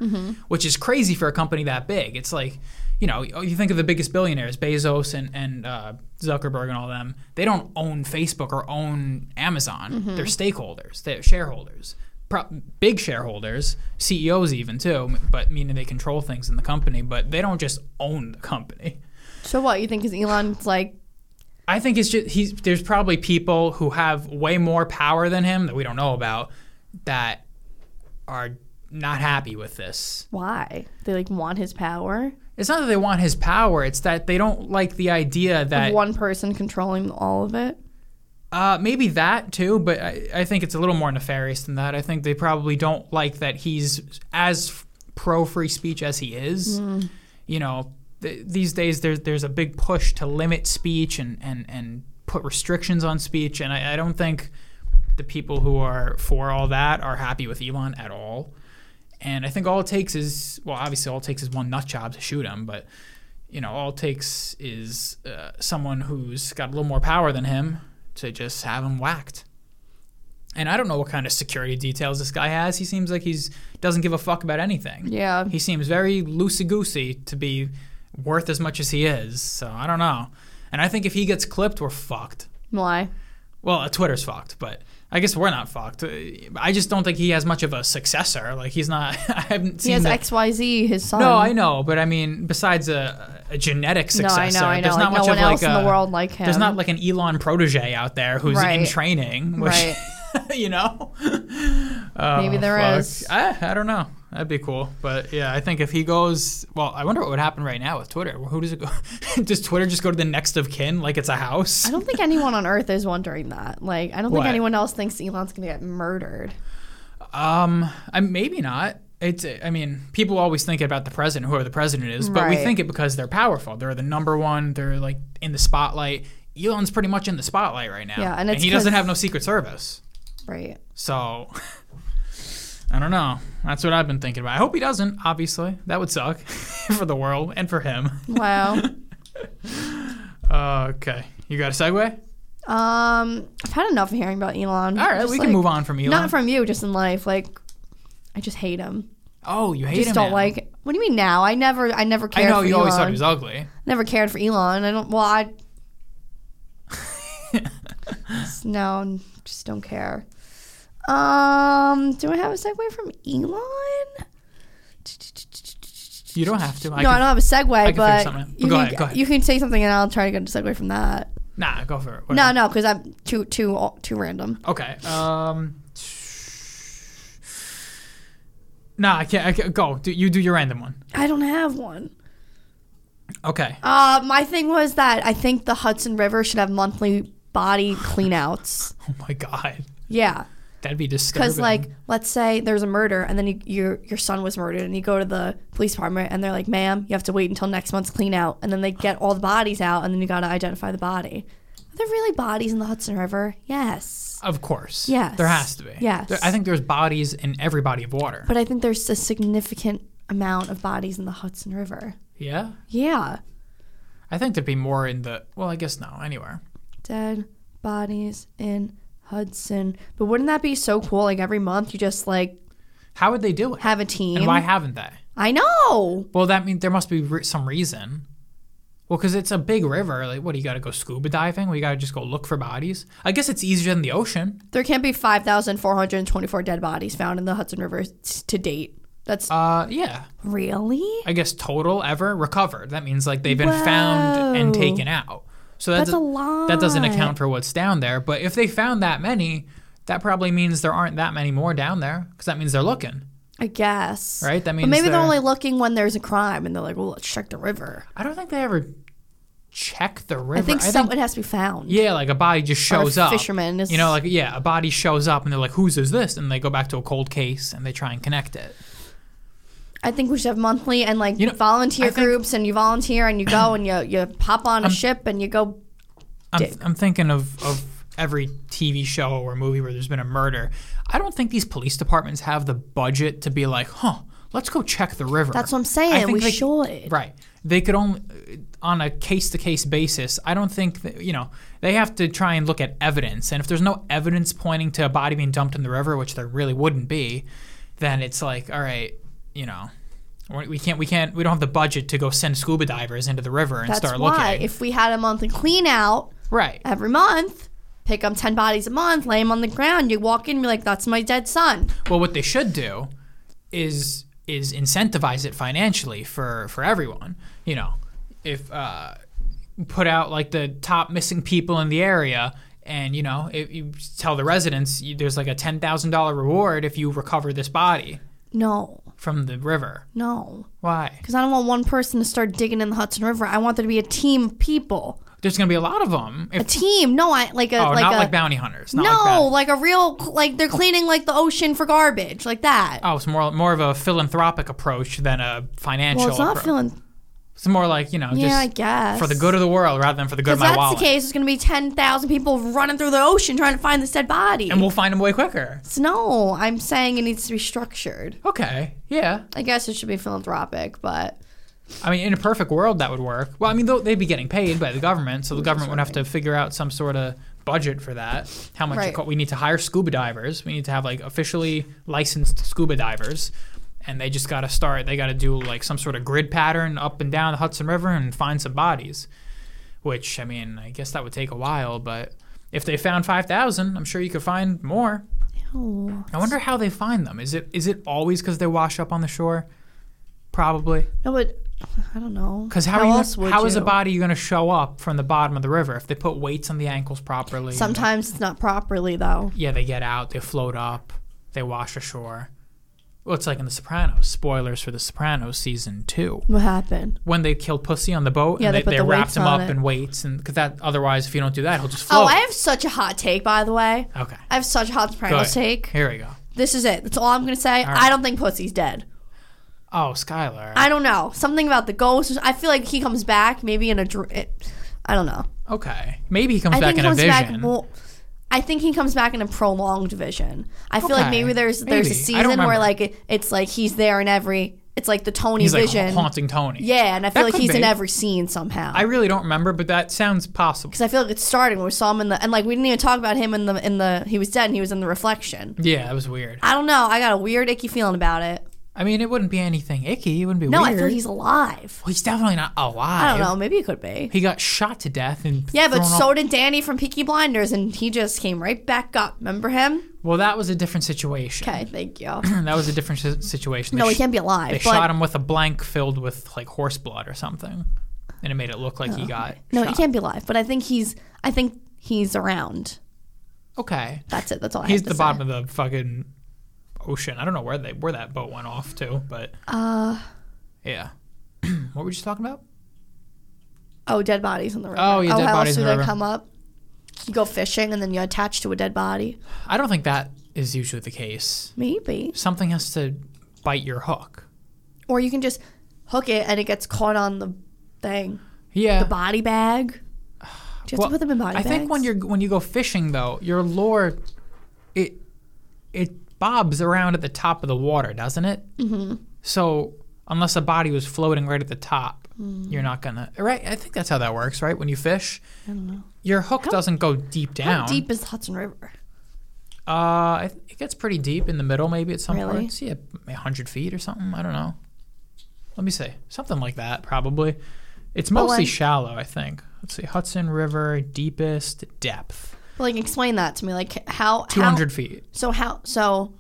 A: which is crazy for a company that big it's like you know you think of the biggest billionaires Bezos and and uh, Zuckerberg and all them they don't own Facebook or own Amazon they're stakeholders they're shareholders Pro- big shareholders CEOs even too but meaning they control things in the company but they don't just own the company
B: So what you think is Elon's like?
A: I think it's just he's there's probably people who have way more power than him that we don't know about that are not happy with this.
B: Why they like want his power?
A: It's not that they want his power, it's that they don't like the idea that
B: One person controlling all of it.
A: uh, maybe that too, but I, I think it's a little more nefarious than that. I think they probably don't like that he's as pro free speech as he is. You know, th- these days there's there's a big push to limit speech and and and put restrictions on speech, and I, I don't think the people who are for all that are happy with Elon at all. And I think all it takes is well, obviously all it takes is one nut job to shoot him, but you know, all it takes is uh, someone who's got a little more power than him to just have him whacked. And I don't know what kind of security details this guy has. He seems like he's doesn't give a fuck about anything.
B: Yeah.
A: He seems very loosey goosey to be worth as much as he is. So I don't know. And I think if he gets clipped, we're fucked.
B: Why?
A: Well, uh, Twitter's fucked, but I guess we're not fucked. Uh, I just don't think he has much of a successor. Like he's not. I haven't
B: He
A: seen.
B: has
A: the-
B: X Y Z. His son.
A: no, I know, but I mean, besides a, a genetic
B: No, I
A: successor,
B: know. I know.
A: there's not
B: Like,
A: much
B: no one
A: of like
B: else
A: a,
B: in the world like him.
A: there's not like an Elon protege out there who's in
B: Right.
A: training, which
B: Right.
A: you know.
B: Maybe there
A: there
B: is.
A: is. I, I don't know. That'd be cool, but yeah, I think if he goes, well, I wonder what would happen right now with Twitter. Who does it go? does Twitter just go to the next of kin like it's a house?
B: I don't think anyone on Earth is wondering that. Like, I don't
A: What?
B: think anyone else thinks Elon's gonna get murdered.
A: Um, I, maybe not. It's. I mean, people always think about the president, whoever the president is, but we
B: Right.
A: think it because they're powerful. They're the number one. They're like in the spotlight. Elon's pretty much in the spotlight right now.
B: Yeah, and it's
A: he doesn't
B: 'cause-
A: have no secret service.
B: Right.
A: So I don't know. That's what I've been thinking about. I hope he doesn't. Obviously, that would suck for the world and for him. Uh,
B: Wow.
A: okay, you got a segue?
B: um, I've had enough of hearing about Elon.
A: All right,
B: Just,
A: we can
B: like,
A: move on from Elon.
B: Not from you, just in life. Like, I just hate him.
A: oh, you hate
B: just
A: him.
B: don't
A: now.
B: like. What do you mean now? I never, I never
A: I
B: cared.
A: know
B: for
A: you
B: Elon.
A: always thought he was ugly.
B: Never cared for Elon. I don't. Well, I. Just no, n- just don't care. Um, do I have a segue from Elon?
A: You don't have to. I
B: no,
A: can-
B: I don't have a segue,
A: figure
B: but
A: something out.
B: you,
A: Go
B: can,
A: ahead, go ahead.
B: you can say something, and I'll try to get a segue from that.
A: Nah, go for it. Whatever.
B: No, no, because I'm too too too random.
A: Okay. Um. Nah, I can't. I can't go. Do, you do your random one.
B: I don't have one.
A: Okay.
B: Uh, my thing was that I think the Hudson River should have monthly body cleanouts.
A: Oh my god,
B: Yeah.
A: that'd be disturbing.
B: Because like, let's say there's a murder, and then you, your your son was murdered, and you go to the police department, and they're like, "Ma'am, you have to wait until next month's clean out," and then they get all the bodies out, and then you gotta identify the body. Are there really bodies in the Hudson River? Yes,
A: of course.
B: Yes.
A: There has to be.
B: Yes.
A: There- I think there's bodies in every body of water.
B: but I think there's a significant amount of bodies in the Hudson River.
A: Yeah.
B: Yeah,
A: I think there'd be more in the. Well, I guess no. Anywhere.
B: dead bodies in Hudson. But wouldn't that be so cool? Like every month, you just like
A: How would they do it?
B: have a team.
A: and why haven't they?
B: I know.
A: Well, that means there must be re- some reason. Well, because it's a big river. Like, what do you got to go scuba diving? Well, you got to just go look for bodies. I guess it's easier than the ocean.
B: There can't be 5,424 dead bodies found in the Hudson River s- to date. That's
A: Uh, yeah.
B: really?
A: I guess total ever recovered. That means like they've been found and
B: Whoa.
A: taken out. So that
B: That's a
A: do- That doesn't
B: lot.
A: account for what's down there. But if they found that many, that probably means there aren't that many more down there because that means they're looking,
B: I guess.
A: right? That
B: But
A: means
B: maybe they're
A: they're-
B: only looking when there's a crime and they're like, well, let's check the river.
A: I don't think they ever check the river.
B: I think something has to be found.
A: yeah, like a body just
B: Or a
A: shows up.
B: fisherman is-
A: You know, like yeah, a body shows up and they're like, "Whose is this?" And they go back to a cold case and they try and connect it.
B: I think we should have monthly and like
A: You know, I
B: volunteer
A: think- Um,
B: groups and you volunteer and you go and you, you pop on a ship and you go.
A: I'm,
B: Dick.
A: I'm thinking of, of every TV show or movie where there's been a murder. I don't think these police departments have the budget to be like, huh, let's go check the river.
B: That's what I'm
A: I
B: saying.
A: think
B: We
A: they-
B: should.
A: Right. They could only, uh, on a case to case basis, I don't think, that, you know, they have to try and look at evidence. And if there's no evidence pointing to a body being dumped in the river, which there really wouldn't be, then it's like, all right, you know. we- We can't. We can't. We don't have the budget to go send scuba divers into the river and
B: That's
A: start
B: why
A: looking.
B: if we had a monthly clean out
A: right.
B: every month, pick up 10 bodies a month, lay them on the ground, you walk in and be like, that's my dead son.
A: Well, what they should do is is incentivize it financially for for everyone. You know, if uh, put out like the top missing people in the area, and you know, if you tell the residents you, there's like a ten thousand dollar reward if you recover this body
B: No,
A: from the river.
B: no.
A: Why?
B: Because I don't want one person to start digging in the Hudson River. I want there to be a team of people.
A: There's gonna be a lot of them.
B: A
A: If,
B: team. No, I like a
A: oh,
B: like
A: not
B: a
A: like bounty hunters. Not like
B: No,
A: that.
B: like, a real like they're cleaning like the ocean for garbage, like that.
A: Oh, it's more more of a philanthropic approach than a financial.
B: well, it's not
A: appro-
B: feeling
A: It's more like you know,
B: Yeah, I
A: just
B: guess.
A: for the good of the world rather than for the good of
B: If
A: my
B: that's
A: wallet.
B: the case, there's gonna be ten thousand people running through the ocean trying to find this dead body.
A: and we'll find them way quicker.
B: So, no, I'm saying it needs to be structured.
A: Okay. Yeah.
B: I guess it should be philanthropic, but
A: I mean, in a perfect world, that would work. Well, I mean, though, they'd be getting paid by the government, so the government would have to figure out some sort of budget for that. How much it
B: Right.
A: co- we need to hire scuba divers. We need to have like officially licensed scuba divers, and they just got to start. They got to do like some sort of grid pattern up and down the Hudson River and find some bodies. Which I mean, I guess that would take a while, but if they found five thousand, I'm sure you could find more.
B: no.
A: I wonder how they find them. Is it is it always because they wash up on the shore? Probably.
B: No, but I don't know.
A: Because how, are
B: else
A: you,
B: would
A: how is a
B: you?
A: body going to show up from the bottom of the river if they put weights on the ankles properly? and
B: Sometimes it's not properly though.
A: they- yeah, they get out, they float up, they wash ashore. Well, it's like in The Sopranos. Spoilers for The Sopranos season two.
B: What happened?
A: When they kill Pussy on the boat,
B: Yeah,
A: and
B: they
A: they,
B: put
A: they,
B: the
A: wrapped
B: weights
A: him up
B: on it.
A: in weights, and because that otherwise, if you don't do that, he'll just
B: Oh,
A: float.
B: I have such a hot take, by the way.
A: okay,
B: I have such a hot
A: good.
B: Sopranos take.
A: Here we go.
B: This is it. That's all I'm gonna say.
A: right.
B: I don't think Pussy's dead.
A: Oh, Skylar.
B: I don't know. Something about the ghost. I feel like he comes back maybe in a dr- it, I don't know.
A: okay, maybe he comes
B: I
A: back
B: think
A: in
B: he
A: a
B: comes back.
A: vision.
B: Well, I think he comes back in a prolonged vision. I feel like
A: Okay.
B: maybe there's there's a
A: Maybe. I don't
B: season
A: remember.
B: where like it, it's like he's there in every. It's like the Tony
A: He's like
B: vision.
A: haunting Tony.
B: yeah, and I feel
A: That
B: like
A: could
B: he's in
A: be.
B: every scene somehow.
A: I really don't remember, but that sounds possible.
B: because I feel like it's starting when we saw him in the and like we didn't even talk about him in the in the he was dead and he was in the reflection.
A: Yeah, that was weird.
B: I don't know. I got a weird icky feeling about it.
A: I mean, it wouldn't be anything icky. It wouldn't be
B: No,
A: weird.
B: I feel he's alive.
A: Well, he's definitely not alive.
B: I don't know. Maybe it could be.
A: He got shot to death and
B: Yeah, but
A: thrown off-
B: so did Danny from Peaky Blinders, and he just came right back up. Remember him?
A: well, that was a different situation.
B: Okay, thank you.
A: that was a different si- situation. They
B: No, he
A: sh-
B: can't be
A: They
B: alive. But
A: shot him with a blank filled with like horse blood or something, and it made it look like he got
B: Oh, no,
A: shot.
B: he can't be alive. But I think he's. I think he's around.
A: Okay,
B: That's it. That's all. I
A: he's
B: have
A: the
B: to
A: bottom of the fucking ocean. I don't know where they where that boat went off to, but
B: Say. Uh
A: yeah. what were you just talking about?
B: oh, dead bodies in the river.
A: Oh, yeah, dead
B: how
A: bodies
B: else
A: in
B: do
A: the
B: they
A: river.
B: come up? You go fishing, and then you attach to a dead body.
A: I don't think that is usually the case.
B: Maybe,
A: Something has to bite your hook.
B: or you can just hook it, and it gets caught on the thing,
A: Yeah,
B: the body bag. Do you have
A: Well,
B: to put them in body
A: I
B: bags?
A: think when you're when you go fishing though, your lure it it bobs around at the top of the water, doesn't it? Mm-hmm. So unless a body was floating right at the top, you're not gonna right. I think that's how that works, right? When you fish, I don't know. your hook doesn't go deep down.
B: How deep is the Hudson River?
A: Uh, I th- it gets pretty deep in the middle, maybe at some
B: Really?
A: parts. Yeah, maybe 100 feet or something. I don't know. Let me see. Something like that, probably. It's
B: But
A: mostly
B: when-
A: shallow, I think. Let's see, Hudson River deepest depth,
B: Like, explain that to me. Like, how
A: two hundred feet.
B: How, so how so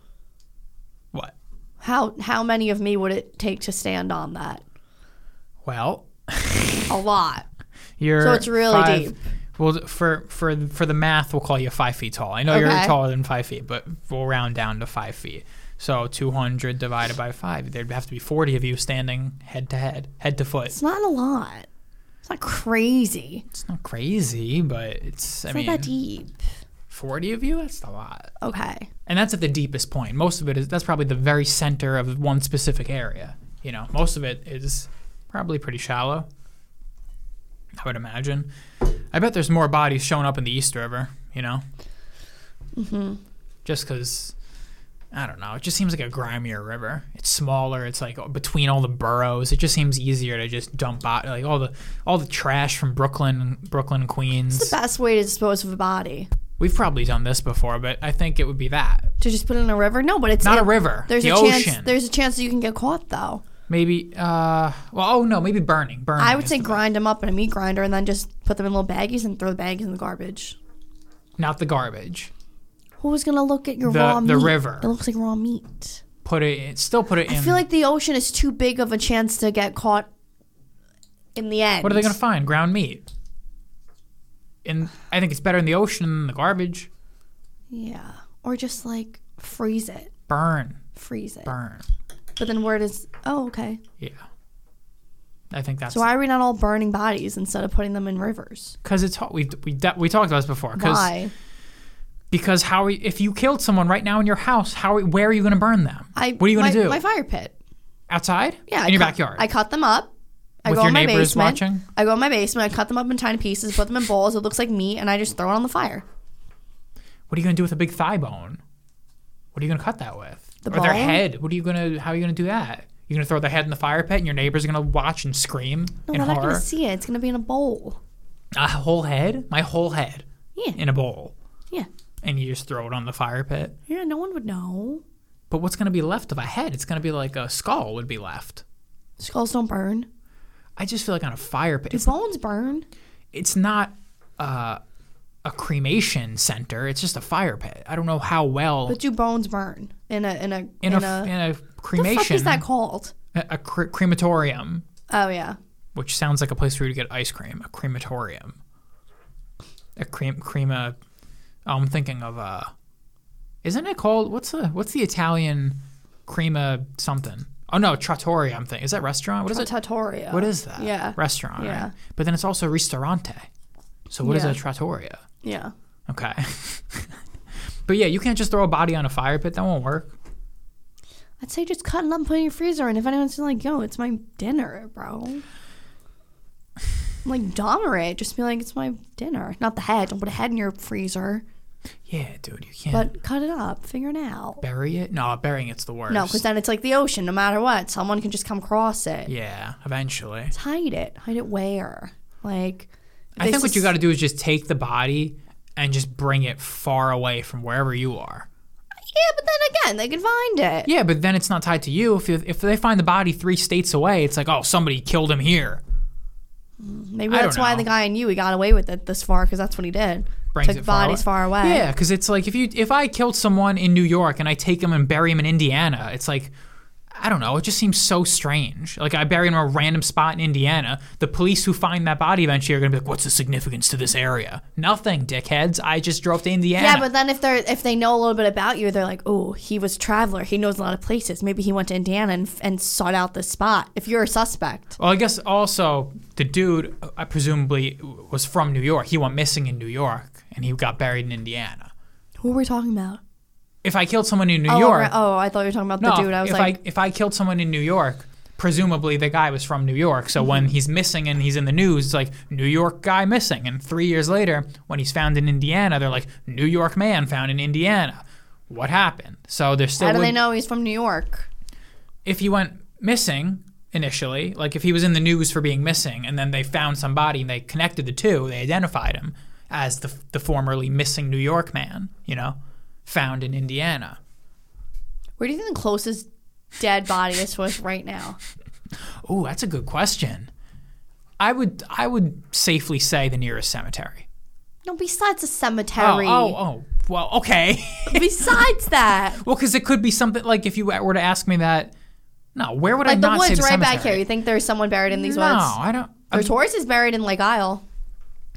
A: What?
B: how how many of me would it take to stand on that?
A: Well,
B: A lot.
A: you're
B: So it's really
A: five-
B: deep.
A: Well, th- for for for the math, we'll call you five feet tall. I know you're
B: Okay.
A: taller than five feet, but we'll round down to five feet. So two hundred divided by five, there'd have to be forty of you standing head to head, head to foot.
B: It's not a lot. It's not crazy. It's
A: It's not crazy, but it's I
B: not that
A: mean
B: deep.
A: forty of you. That's a lot,
B: Okay.
A: and that's at the deepest point. Most of it is that's probably the very center of one specific area. You know, most of it is probably pretty shallow. I would imagine. I bet there's more bodies showing up in the East River. You know,
B: hmm
A: just because I don't know. It just seems like a grimier river. It's smaller. It's like between all the boroughs. It just seems easier to just dump out like all the all the trash from Brooklyn, Brooklyn, Queens.
B: Best way to dispose of a body
A: We've probably done this before, but I think it would be that
B: to just put it in a river? No, but it's
A: not
B: it-
A: a river.
B: There's
A: the
B: a
A: ocean. Oh,
B: chance. There's a chance that you can get caught though.
A: maybe. Uh, well, oh no, maybe burning. Burning.
B: I would
A: is
B: say
A: the-
B: grind them up in a meat grinder and then just put them in little baggies and throw the baggies in the garbage.
A: not the garbage.
B: Who's gonna look at your
A: The-
B: raw meat?
A: the river.
B: It looks like raw meat.
A: Put it. in- Still put it in.
B: I feel like the ocean is too big of a chance to get caught in the end.
A: what are they gonna find? Ground meat. And I think it's better in the ocean than the garbage.
B: Yeah, or just like freeze it,
A: Burn.
B: freeze it.
A: Burn.
B: But then where does? Oh, okay.
A: Yeah. I think that's
B: So why are we not all burning bodies instead of putting them in rivers?
A: because it's hot. We we de- we talked about this before. Cause,
B: Why?
A: because how are you- if you killed someone right now in your house, how are- where are you going to burn them? what are you going
B: my-
A: to do
B: My fire pit.
A: outside?
B: Yeah,
A: in
B: I
A: your
B: cut-
A: backyard.
B: I cut them up. I
A: With
B: go
A: your
B: in my
A: neighbors
B: basement.
A: watching?
B: I go in my basement. I cut them up in tiny pieces, put them in bowls. It looks like meat, and I just throw it on the fire.
A: what are you going to do with a big thigh bone? What are you going to cut that with?
B: The
A: or their
B: bone?
A: head? What are you going to? How are you going to do that? You're going to throw their head in the fire pit, and your neighbors are going to watch and scream
B: No,
A: in
B: they're not
A: horror.
B: gonna see it. It's gonna be in a bowl.
A: A whole head? My whole head
B: Yeah,
A: in a bowl,
B: yeah,
A: and you just throw it on the fire pit.
B: yeah. No one would know.
A: But what's going to be left of a head? It's going to be like a skull would be left.
B: Skulls don't burn.
A: I just feel like on a Oh. fire pit, it's
B: Bones burn.
A: it's not uh, a cremation center. It's just a fire pit. I don't know how well
B: But do bones burn in a in a
A: in, a, in a
B: the
A: cremation
B: fuck is that called?
A: a, a cre- crematorium,
B: Oh yeah,
A: which sounds like a place for you to get ice cream. A crematorium, a cream crema. Oh, I'm thinking of uh, isn't it called what's the what's the Italian crema something? Oh no, trattoria. I'm thinking is that restaurant? What is
B: a
A: it?
B: trattoria.
A: What is that?
B: Yeah,
A: restaurant.
B: Yeah.
A: right? but then it's also ristorante. So what is
B: Yeah.
A: a trattoria?
B: yeah.
A: Okay. but yeah, you can't just throw a body on a fire pit. That won't work.
B: I'd say just cut it up and put it in your freezer. And if anyone's like, yo, it's my dinner, bro. Like, dumber it. Just be like, it's my dinner. Not the head. Don't put a head in your freezer.
A: Yeah, dude, you can't
B: But cut it up. Figure it out.
A: bury it. No, burying it's the worst.
B: No, because then it's like the ocean. No matter what, someone can just come across it.
A: yeah, eventually.
B: Just hide it. Hide it where? Like,
A: I think what you got to do is just take the body and just bring it far away from wherever you are.
B: Yeah, but then again, they can find it.
A: Yeah, but then it's not tied to you. If you, if they find the body three states away, it's like, oh, somebody killed him here.
B: Maybe
A: I don't
B: that's why
A: know.
B: the guy in you he got away with it this far because that's what he did.
A: Brings
B: Took
A: it far
B: bodies
A: away.
B: far away.
A: Yeah, because it's like if you if I killed someone in New York and I take him and bury him in Indiana, it's like I don't know. It just seems so strange. Like I bury him in a random spot in Indiana. The police who find that body eventually are gonna be like, "What's the significance to this area?" Nothing, dickheads. I just drove to Indiana.
B: Yeah, but then if they're if they know a little bit about you, they're like, "Oh, he was a traveler. He knows a lot of places. Maybe he went to Indiana and, and sought out this spot." If you're a suspect,
A: well, I guess also the dude, I presumably was from New York. He went missing in New York and he got buried in Indiana.
B: who are we talking about?
A: If I killed someone in New
B: Oh,
A: York,
B: right. oh, I thought you were talking about the dude. I was
A: if
B: like,
A: I if I killed someone in New York, presumably the guy was from New York. So when
B: Mm-hmm.
A: he's missing and he's in the news, it's like New York guy missing. And three years later, when he's found in Indiana, they're like New York man found in Indiana. What happened? So they're still.
B: "How do they
A: would-
B: know he's from New York?"
A: If he went missing initially, like if he was in the news for being missing, and then they found somebody and they connected the two, they identified him as the the formerly missing New York man. You know, found in Indiana.
B: Where do you think the closest dead body is to us right now?
A: Oh, that's a good question. I would I would safely say the nearest cemetery.
B: No, besides a
A: Oh,
B: cemetery.
A: oh, oh. Well, okay.
B: Besides that.
A: well, because it could be something like if you were to ask me that. No, where would I
B: Like the
A: not say
B: woods
A: the
B: right
A: cemetery?
B: back here. You think there's someone buried in these
A: no,
B: woods?
A: I don't.
B: There's
A: I,
B: horses buried in Lake Isle.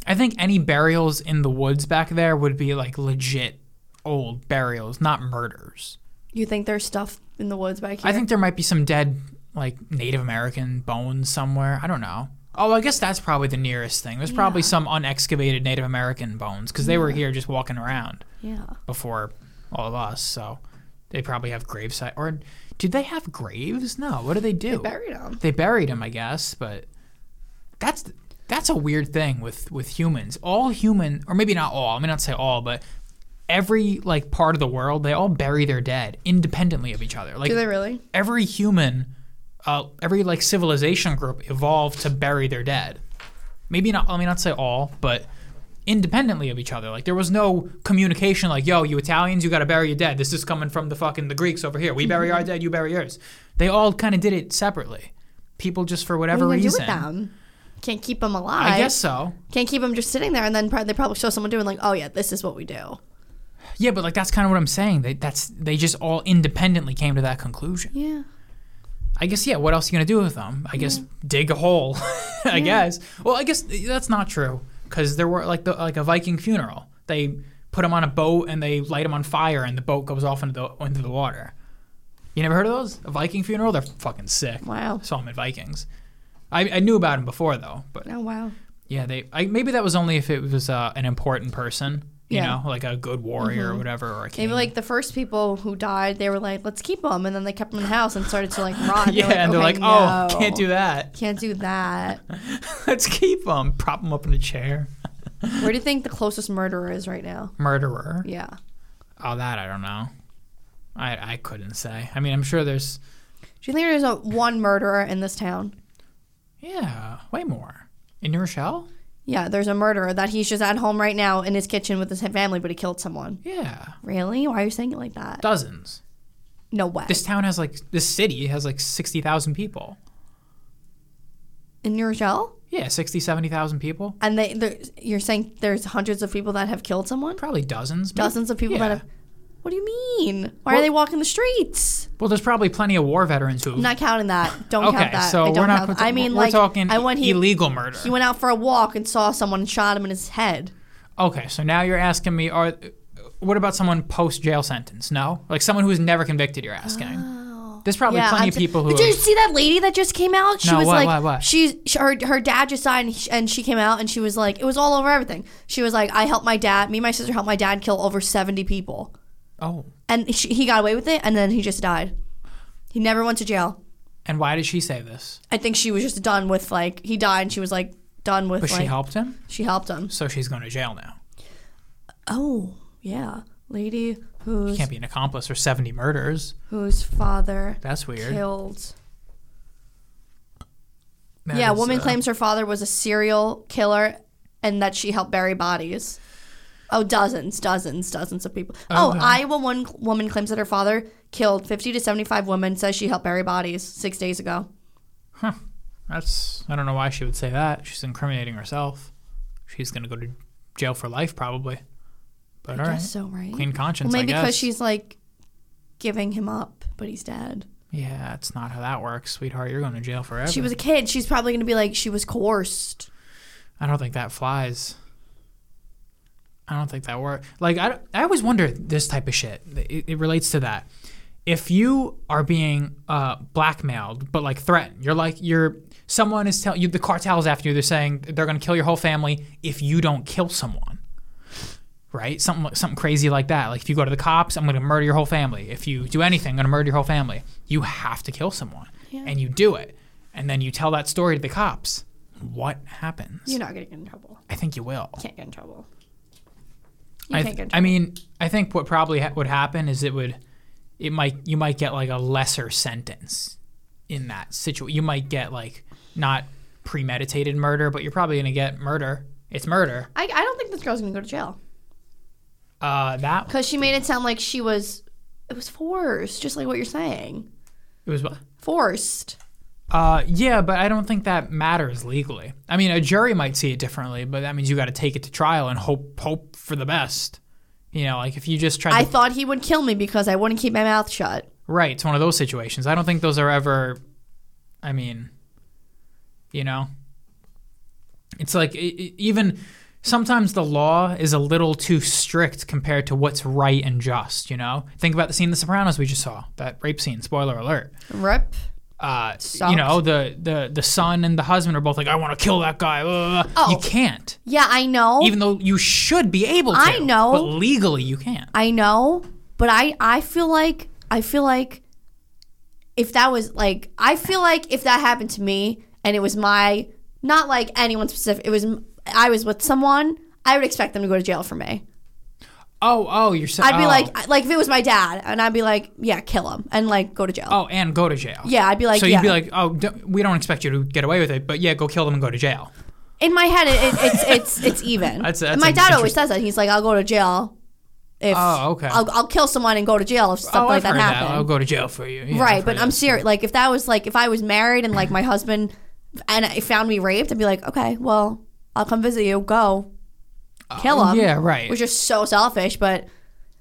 A: I think any burials in the woods back there would be like legit old burials, not murders.
B: You think there's stuff in the woods back here?
A: I think there might be some dead like Native American bones somewhere. I don't know. Oh, I guess that's probably the nearest thing. There's probably some unexcavated Native American bones because they were here just walking around
B: Yeah.
A: before all of us. So they probably have gravesite. Or did they have graves? No. What do they do?
B: Buried them.
A: they buried him, I guess, but that's that's a weird thing with with humans. All human, or maybe not all. I may not say all, but every like part of the world, they all bury their dead independently of each other. Like
B: Do they really?
A: every human, uh, every like civilization group evolved to bury their dead. Maybe not. Let me not say all, but independently of each other. Like there was no communication. Like, yo, you Italians, you got to bury your dead. This is coming from the fucking the Greeks over here. We bury our dead, you bury yours. They all kind of did it separately. People just for
B: What
A: whatever
B: are you gonna
A: reason.
B: do with them? Can't keep them alive.
A: I guess so.
B: Can't keep them just sitting there, and then prob- they probably show someone doing like, oh yeah, this is what we do.
A: Yeah, but like that's kind of what I'm saying. They that's they just all independently came to that conclusion.
B: Yeah.
A: I guess yeah. What else you gonna do with them? I guess dig a hole. I guess. Well, I guess that's not true because there were like the like a Viking funeral. They put him on a boat and they light him on fire and the boat goes off into the into the water. You never heard of those? A Viking funeral? They're fucking sick.
B: Wow.
A: I saw them at Vikings. I, I knew about them before though, but
B: Oh wow.
A: yeah, they I, maybe that was only if it was uh, an important person, you
B: Yeah.
A: know, like a good warrior or whatever, or a king.
B: Maybe like the first people who died, they were like, let's keep them, and then they kept them in the house and started to like rot.
A: yeah, and they're like,
B: "Okay,
A: oh,
B: no.
A: can't do that.
B: Can't do that.
A: Let's keep them. Prop them up in a chair.
B: Where do you think the closest murderer is right now?
A: Murderer.
B: Yeah.
A: Oh, that I don't know. I I couldn't say. I mean, I'm sure there's
B: Do you think there's a one murderer in this town?
A: yeah, way more in New Rochelle.
B: Yeah, there's a murderer that he's just at home right now in his kitchen with his family, but he killed someone.
A: Yeah,
B: Really? Why are you saying it like that?
A: dozens.
B: No way.
A: This town has like this city has like sixty thousand people.
B: in New Rochelle?
A: Yeah, 60, 70,000 people.
B: And they, there- you're saying there's hundreds of people that have killed someone?
A: Probably dozens. maybe-
B: Dozens of people
A: yeah.
B: that have. What do you mean? Why are
A: Well-
B: they walking the streets?
A: Well, there's probably plenty of war veterans who.
B: I'm not counting that. Don't
A: okay,
B: count that.
A: so
B: I don't
A: we're not.
B: count that.
A: we're-
B: I mean,
A: we're
B: like,
A: talking
B: I went he,
A: illegal murder.
B: he went out for a walk and saw someone and shot him in his head.
A: Okay, so now you're asking me, are what about someone post jail sentence? No, like someone who's never convicted. You're asking. There's probably plenty
B: Oh. I'm
A: of
B: t-
A: people who.
B: Did you
A: Have,
B: see that lady that just came out? She
A: No,
B: was
A: what,
B: like,
A: what, what?
B: she's sh- her her dad just died, and, sh and she came out, and she was like, it was all over everything. She was like, I helped my dad. Me and my sister helped my dad kill over seventy people,
A: oh,
B: and she, he got away with it, and then he just died. He never went to jail.
A: and why did she say this?
B: I think she was just done with like he died, and she was like done with
A: But
B: like
A: she helped him,
B: she helped him.
A: so she's going to jail now.
B: Oh yeah, lady whose
A: Can't be an accomplice for 70 murders.
B: whose father
A: That's weird.
B: killed.
A: That
B: yeah,
A: is,
B: woman
A: uh,
B: claims her father was a serial killer and that she helped bury bodies. Oh, dozens, dozens, dozens of people. Oh,
A: Okay.
B: Iowa one cl- woman claims that her father killed 50 to 75 women, says she helped bury bodies six days ago.
A: That's I don't know why she would say that. She's incriminating herself. She's going to go to jail for life probably. But all
B: I
A: right,
B: guess so, right?
A: clean conscience.
B: well, maybe
A: I guess.
B: because she's like giving him up, but he's dead.
A: Yeah, it's not how that works, sweetheart. You're going to jail forever.
B: She was a kid. She's probably going to be like, she was coerced.
A: I don't think that flies. I don't think that works. Like I, I always wonder this type of shit. It, it relates to that. If you are being uh, blackmailed, but like threatened, you're like you're someone is telling you the cartels after you. They're saying they're going to kill your whole family if you don't kill someone. Right? Something like- something crazy like that. Like if you go to the cops, I'm going to murder your whole family. If you do anything, I'm going to murder your whole family. You have to kill someone, and you do it, and then you tell that story to the cops. What happens?
B: You're not going to get in trouble.
A: I think you will.
B: Can't get in trouble. You
A: I,
B: can't get in
A: I
B: trouble.
A: mean, I think what probably ha- would happen is it would, it might you might get like a lesser sentence in that situation. You might get like not premeditated murder, but you're probably gonna get murder. It's murder.
B: I, I don't think this girl's going to go to jail.
A: Uh, that
B: Because she made it sound like she was, it was forced, just like what you're saying.
A: it was. what-
B: Forced.
A: Uh, yeah, but I don't think that matters legally. I mean, a jury might see it differently, but that means you got to take it to trial and hope hope for the best. You know, like if you just try
B: I
A: to
B: thought he would kill me because I wouldn't keep my mouth shut.
A: right, it's one of those situations. I don't think those are ever. I mean, you know, it's like e- e- even sometimes the law is a little too strict compared to what's right and just. You know, think about the scene in The Sopranos we just saw, that rape scene. Spoiler alert.
B: Rip.
A: uh,
B: Sucked.
A: you know, the, the the son and the husband are both like, I want to kill that guy. uh,
B: Oh.
A: You can't,
B: Yeah, I know.
A: even though you should be able to.
B: I know.
A: but legally you can't.
B: I know, but I I feel like I feel like if that was like I feel like if that happened to me and it was my not like anyone specific, it was m- I was with someone, I would expect them to go to jail for me.
A: Oh, oh, you're saying
B: I'd be
A: oh.
B: like like if it was my dad and I'd be like, yeah, kill him and like go to jail.
A: oh, and go to jail.
B: Yeah, I'd be like,
A: so
B: yeah.
A: you'd be like, oh, d- we don't expect you to get away with it, but yeah, go kill them and go to jail.
B: In my head, it, it, it's it's it's even.
A: That's- that's
B: my dad always
A: interest-
B: says that he's like, I'll go to jail. If
A: Oh, okay.
B: I'll, I'll kill someone and go to jail if stuff
A: oh,
B: like
A: I've
B: that
A: heard
B: happens.
A: that. I'll go to jail for you. Yeah,
B: right
A: I've
B: but
A: heard
B: i'm
A: that.
B: serious like if that was like if i was married and like my husband and I found me raped i'd be like okay well i'll come visit you go kill him
A: Uh, yeah, right.
B: which is so selfish but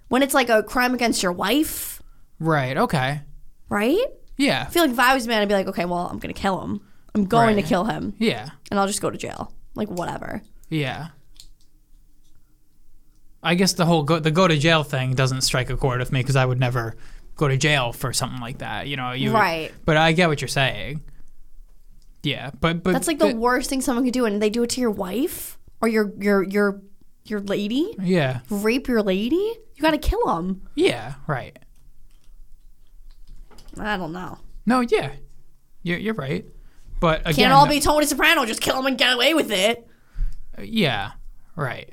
B: when it's like a crime against your wife
A: Right. Okay.
B: right
A: Yeah.
B: i feel like if i was a man i'd be like okay well i'm gonna kill him i'm going
A: Right.
B: to kill him
A: Yeah.
B: and i'll just go to jail like whatever
A: Yeah. I guess the whole go, the go to jail thing doesn't strike a chord with me because I would never go to jail for something like that. You know, you
B: Right.
A: But I get what you're saying. Yeah, but but
B: that's like the
A: but-
B: worst thing someone could do and they do it to your wife or your your your your lady
A: yeah
B: rape your lady you gotta kill him
A: yeah right.
B: i don't know
A: No, yeah, you're you're right. But again,
B: Can't all be Tony Soprano. Just kill him and get away with it.
A: yeah, right.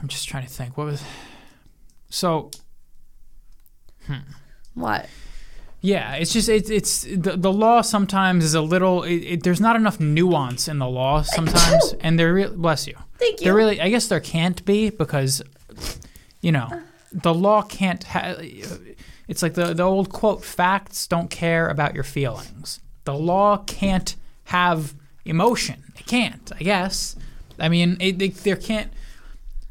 A: I'm just trying to think. What was so?
B: What?
A: Yeah, it's just it's it's the, the law sometimes is a little it, it, there's not enough nuance in the law sometimes, and there re- bless you.
B: Thank
A: There
B: you.
A: really, I guess there can't be because, you
B: Uh.
A: know, the law can't. Ha- it's like the the old quote: "Facts don't care about your feelings." The law can't have emotion. It can't. I guess. I mean, it, it, there can't.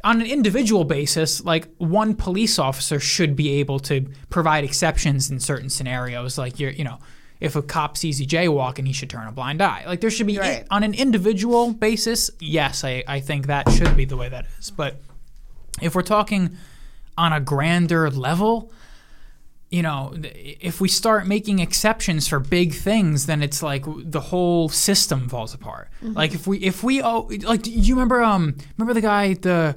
A: On an individual basis, like one police officer should be able to provide exceptions in certain scenarios, like you're, you know, if a cop sees you jaywalking, he should turn a blind eye. Like there should be
B: Right.
A: on an individual basis, yes, I, I think that should be the way that is. But if we're talking on a grander level, you know, th- if we start making exceptions for big things, then it's like w- the whole system falls apart.
B: Mm-hmm.
A: Like if we if we oh like do you remember um remember the guy the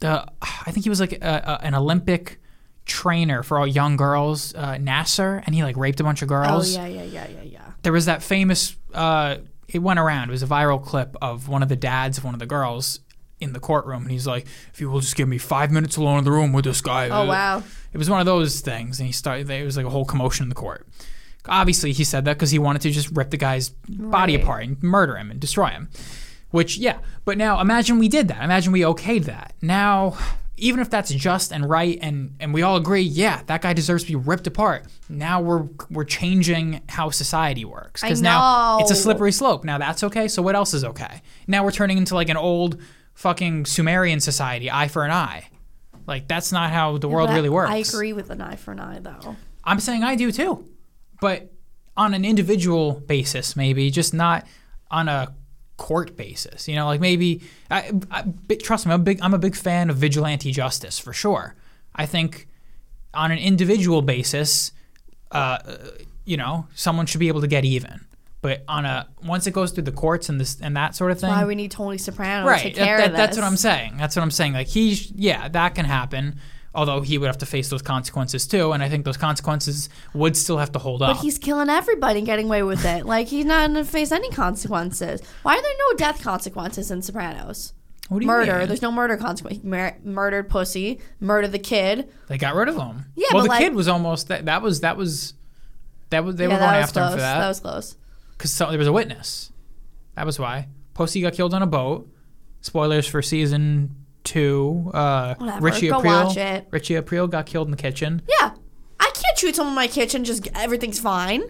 A: the I think he was like a, a, an Olympic trainer for all young girls uh, Nasser and he like raped a bunch of
B: Oh
A: girls
B: yeah, yeah, yeah, yeah, yeah.
A: there was that famous uh, it went around it was a viral clip of one of the dads of one of the girls in the courtroom and he's like if you will just give me five minutes alone in the room with this guy uh,
B: Oh, wow.
A: it was one of those things and he started there was like a whole commotion in the court obviously he said that because he wanted to just rip the guy's body
B: Right.
A: apart and murder him and destroy him which yeah but now imagine we did that imagine we okayed that now even if that's just and right and and we all agree yeah that guy deserves to be ripped apart now we're we're changing how society works because
B: I
A: now it's a
B: know.
A: slippery slope now that's okay so what else is okay now we're turning into like an old fucking sumerian society eye for an eye like that's not how the world
B: But
A: really works
B: I agree with an eye for an eye, though.
A: I'm saying I do too, but on an individual basis, maybe just not on a court basis. You know, like maybe I, I but trust me, I'm a big I'm a big fan of vigilante justice for sure. I think on an individual basis, uh, you know, someone should be able to get even. But on a once it goes through the courts and this and that sort of thing,
B: Why we need Tony Soprano to
A: right
B: take
A: that-
B: care
A: that-
B: of this?
A: that's what i'm saying that's what i'm saying like he sh- yeah that can happen although he would have to face those consequences too and i think those consequences would still have to hold
B: But
A: up
B: he's killing everybody and getting away with it. Like he's not going to face any consequences. Why are there no death consequences in Sopranos?
A: what do you
B: Murder.
A: mean?
B: There's no murder consequence. Mur- murdered pussy. Murder the kid.
A: they got rid of him
B: Yeah,
A: well
B: but
A: the
B: like-
A: kid was almost that, that was that was that was they were going
B: that was
A: after
B: close.
A: him for
B: That
A: that
B: was close.
A: because there was a witness that was why posty got killed on a boat spoilers for season two uh
B: Whatever.
A: richie
B: Go
A: april
B: watch it.
A: richie april got killed in the kitchen
B: Yeah. I can't shoot someone in my kitchen. Just everything's fine.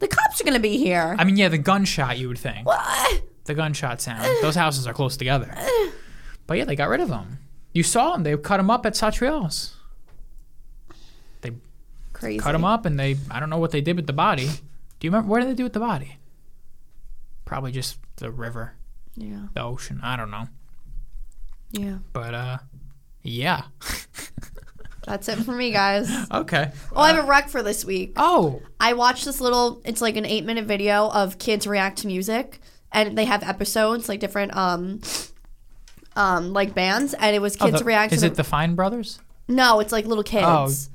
B: The cops are gonna be here.
A: I mean, yeah, the gunshot you would think.
B: What?
A: The gunshot sound. Those houses are close together. But yeah, they got rid of them. You saw them. They cut them up at Satriel's. They
B: Crazy.
A: cut them up and they, I don't know what they did with the body. Do you remember? What did they do with the body? Probably just the river,
B: Yeah.
A: the ocean. I don't know.
B: Yeah.
A: But, uh, yeah.
B: That's it for me, guys.
A: okay.
B: Oh, I have a rec for this week.
A: Oh,
B: I watched this little. It's like an eight-minute video of kids react to music, and they have episodes like different um, um, like bands, and it was
A: oh,
B: kids
A: the-
B: react.
A: Is
B: to
A: it the Fine Brothers?
B: No, it's like little kids.
A: Oh.
B: It's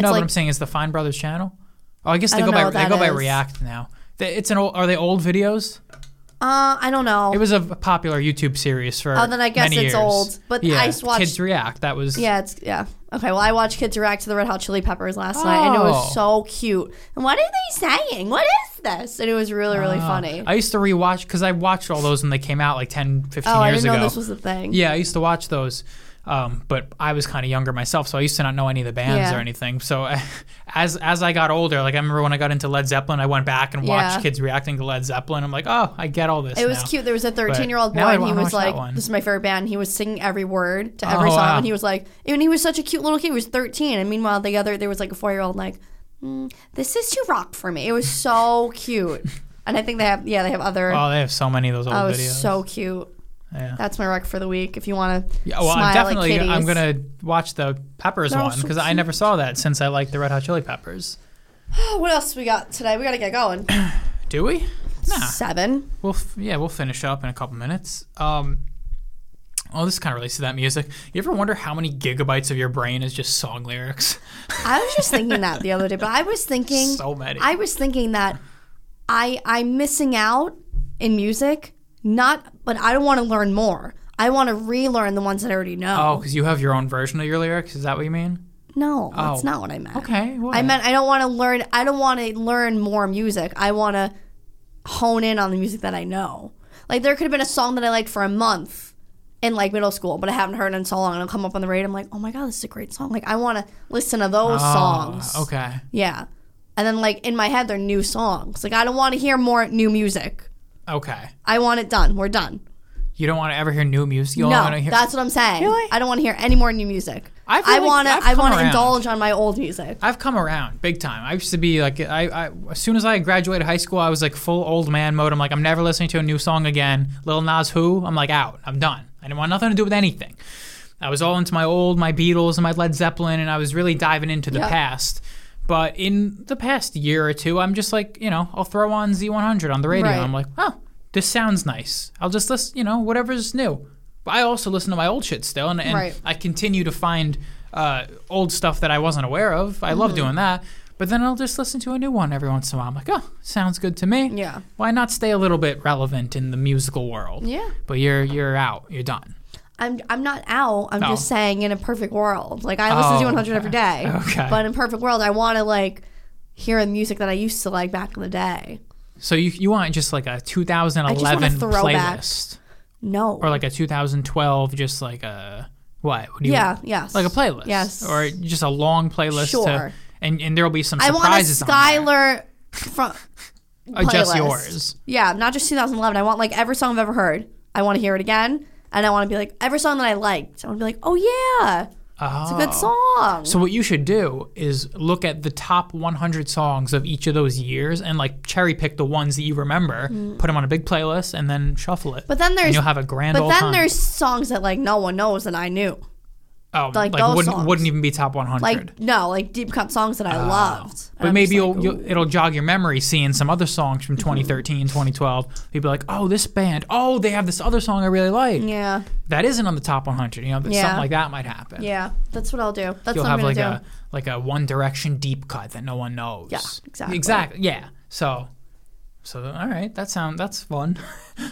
A: no,
B: like
A: but I'm saying it's the Fine Brothers channel. Oh, I guess
B: I
A: they go
B: don't know
A: by
B: what
A: they
B: that
A: go by
B: is.
A: React now. They- It's an old. Are they old videos? Oh.
B: uh, I don't know.
A: It was a popular YouTube series for.
B: Oh, then I guess
A: many years.
B: it's old, but
A: yeah,
B: I just watched-
A: Kids React. That was.
B: yeah, it's yeah. Okay, well, I watched kids react to the Red Hot Chili Peppers last night, and it was
A: Oh.
B: so cute. And what are they saying? What is this? And it was really, really
A: Oh.
B: funny.
A: I used to rewatch because I watched all those when they came out like 10, 15
B: oh, I
A: years
B: didn't know
A: ago.
B: this was a thing.
A: yeah, I used to watch those, um, but I was kind of younger myself, so I used to not know any of the bands
B: Yeah.
A: or anything. So I, as as I got older, like I remember when I got into Led Zeppelin, I went back and watched
B: Yeah.
A: kids reacting to Led Zeppelin. I'm like, oh, I get all this.
B: It was
A: now.
B: cute. There was a 13 year old boy,
A: now I
B: and he
A: wanna
B: was
A: watch that
B: like,
A: one.
B: "This is my favorite band." And he was singing every word to every
A: Oh,
B: song,
A: wow.
B: and he was like, and he was such a cute little kid. He was 13, and meanwhile, the other there was like a four year old like, mm, "This is too rock for me." It was so cute, and I think they have yeah they have other.
A: Oh, they have so many of those old
B: that was
A: videos.
B: so cute.
A: yeah.
B: That's my rec for the week. If you want to
A: Yeah, well,
B: smile
A: I'm definitely
B: at kitties.
A: I'm gonna watch the Peppers
B: They're all
A: one
B: so
A: because I never saw that since I like the Red Hot Chili Peppers.
B: Oh, What else we got today? We gotta get going.
A: Do we? Nah.
B: Seven.
A: We'll f- yeah, we'll finish up in a couple minutes. Um, oh, this kind of relates to that music. You ever wonder how many gigabytes of your brain is just song lyrics?
B: I was just thinking that the other day, but I was thinking
A: so many.
B: I was thinking that I I'm missing out in music, not but I don't want to learn more. I want to relearn the ones that I already
A: oh,
B: know.
A: because you have your own version of your lyrics. Is that what you mean?
B: no,
A: oh.
B: that's not what I meant.
A: Okay. What?
B: I meant I don't want to learn I don't want to learn more music. I want to hone in on the music that I know. Like there could have been a song that I liked for a month in like middle school, but I haven't heard in so long and it'll come up on the radio. I'm like, "Oh my god, this is a great song." Like I want to listen to those
A: Oh,
B: songs.
A: Okay.
B: Yeah. And then like in my head they're new songs. Like I don't want to hear more new music.
A: Okay.
B: I want it done. We're done.
A: You don't want to ever hear new music. You only want
B: no,
A: to hear.
B: that's what I'm saying.
A: Really?
B: I don't want to hear any more new music.
A: I
B: I,
A: feel like
B: want to.
A: I've
B: I
A: come
B: want to
A: around.
B: indulge on my old music.
A: I've come around big time. I used to be like, I, I as soon as I graduated high school, I was like full old man mode. I'm like, I'm never listening to a new song again. Lil Nas Who, I'm like out. I'm done. I didn't want nothing to do with anything. I was all into my old, my Beatles and my Led Zeppelin, and I was really diving into the
B: Yep.
A: past. But in the past year or two, I'm just like, you know, I'll throw on Z100 on the radio.
B: Right.
A: I'm like, oh, this sounds nice. I'll just listen, you know, whatever's new. But I also listen to my old shit still, and, and
B: Right.
A: I continue to find uh, old stuff that I wasn't aware of. I
B: Mm-hmm.
A: love doing that. But then I'll just listen to a new one every once in a while. I'm like, oh, sounds good to me.
B: Yeah.
A: Why not stay a little bit relevant in the musical world?
B: Yeah.
A: But you're you're out. You're done.
B: I'm. I'm not out. I'm
A: No.
B: just saying in a perfect world. Like I listen
A: Oh,
B: to 100 every day.
A: Okay.
B: But in perfect world, I want to like hear the music that I used to like back in the day.
A: So you you want just like a 2011
B: I just want a throwback.
A: playlist
B: No.
A: or like a 2012 just like a what? What do you-
B: yeah. Yes.
A: Like a playlist.
B: Yes.
A: Or just a long playlist. To,
B: Sure.
A: and and there'll be some
B: I want a
A: surprises on
B: Skylar from.
A: there. Uh, just
B: playlist.
A: yours.
B: Yeah, not just 2011. I want like every song I've ever heard. I want to hear it again, and I want to be like every song that I liked. I want to be like, oh yeah, it's a good song.
A: Oh. So what you should do is look at the top 100 songs of each of those years and like cherry pick the ones that you remember, put them on a big playlist, and then shuffle it.
B: Mm. but then
A: and
B: there's
A: you'll have a grand
B: but
A: old
B: then
A: time.
B: there's songs that like no one knows that I knew.
A: oh,
B: like,
A: like
B: those
A: wouldn't
B: songs.
A: wouldn't even be top 100.
B: Like no, like deep cut songs that I loved. And
A: Oh. but
B: I'm
A: maybe
B: just
A: you'll,
B: like, Mm-hmm.
A: you'll it'll jog your memory seeing some other songs from 2013, 2012. You'll be like, oh, this band. Oh, they have this other song I really like.
B: yeah,
A: That isn't on the top 100. You know, that
B: Yeah.
A: something like that might happen.
B: yeah. That's what I'll do. That's
A: You'll
B: what I'm
A: have
B: gonna
A: like
B: do.
A: a like a One Direction deep cut that no one knows.
B: Yeah, exactly.
A: Exactly. Yeah. So, so all right. That sound that's fun.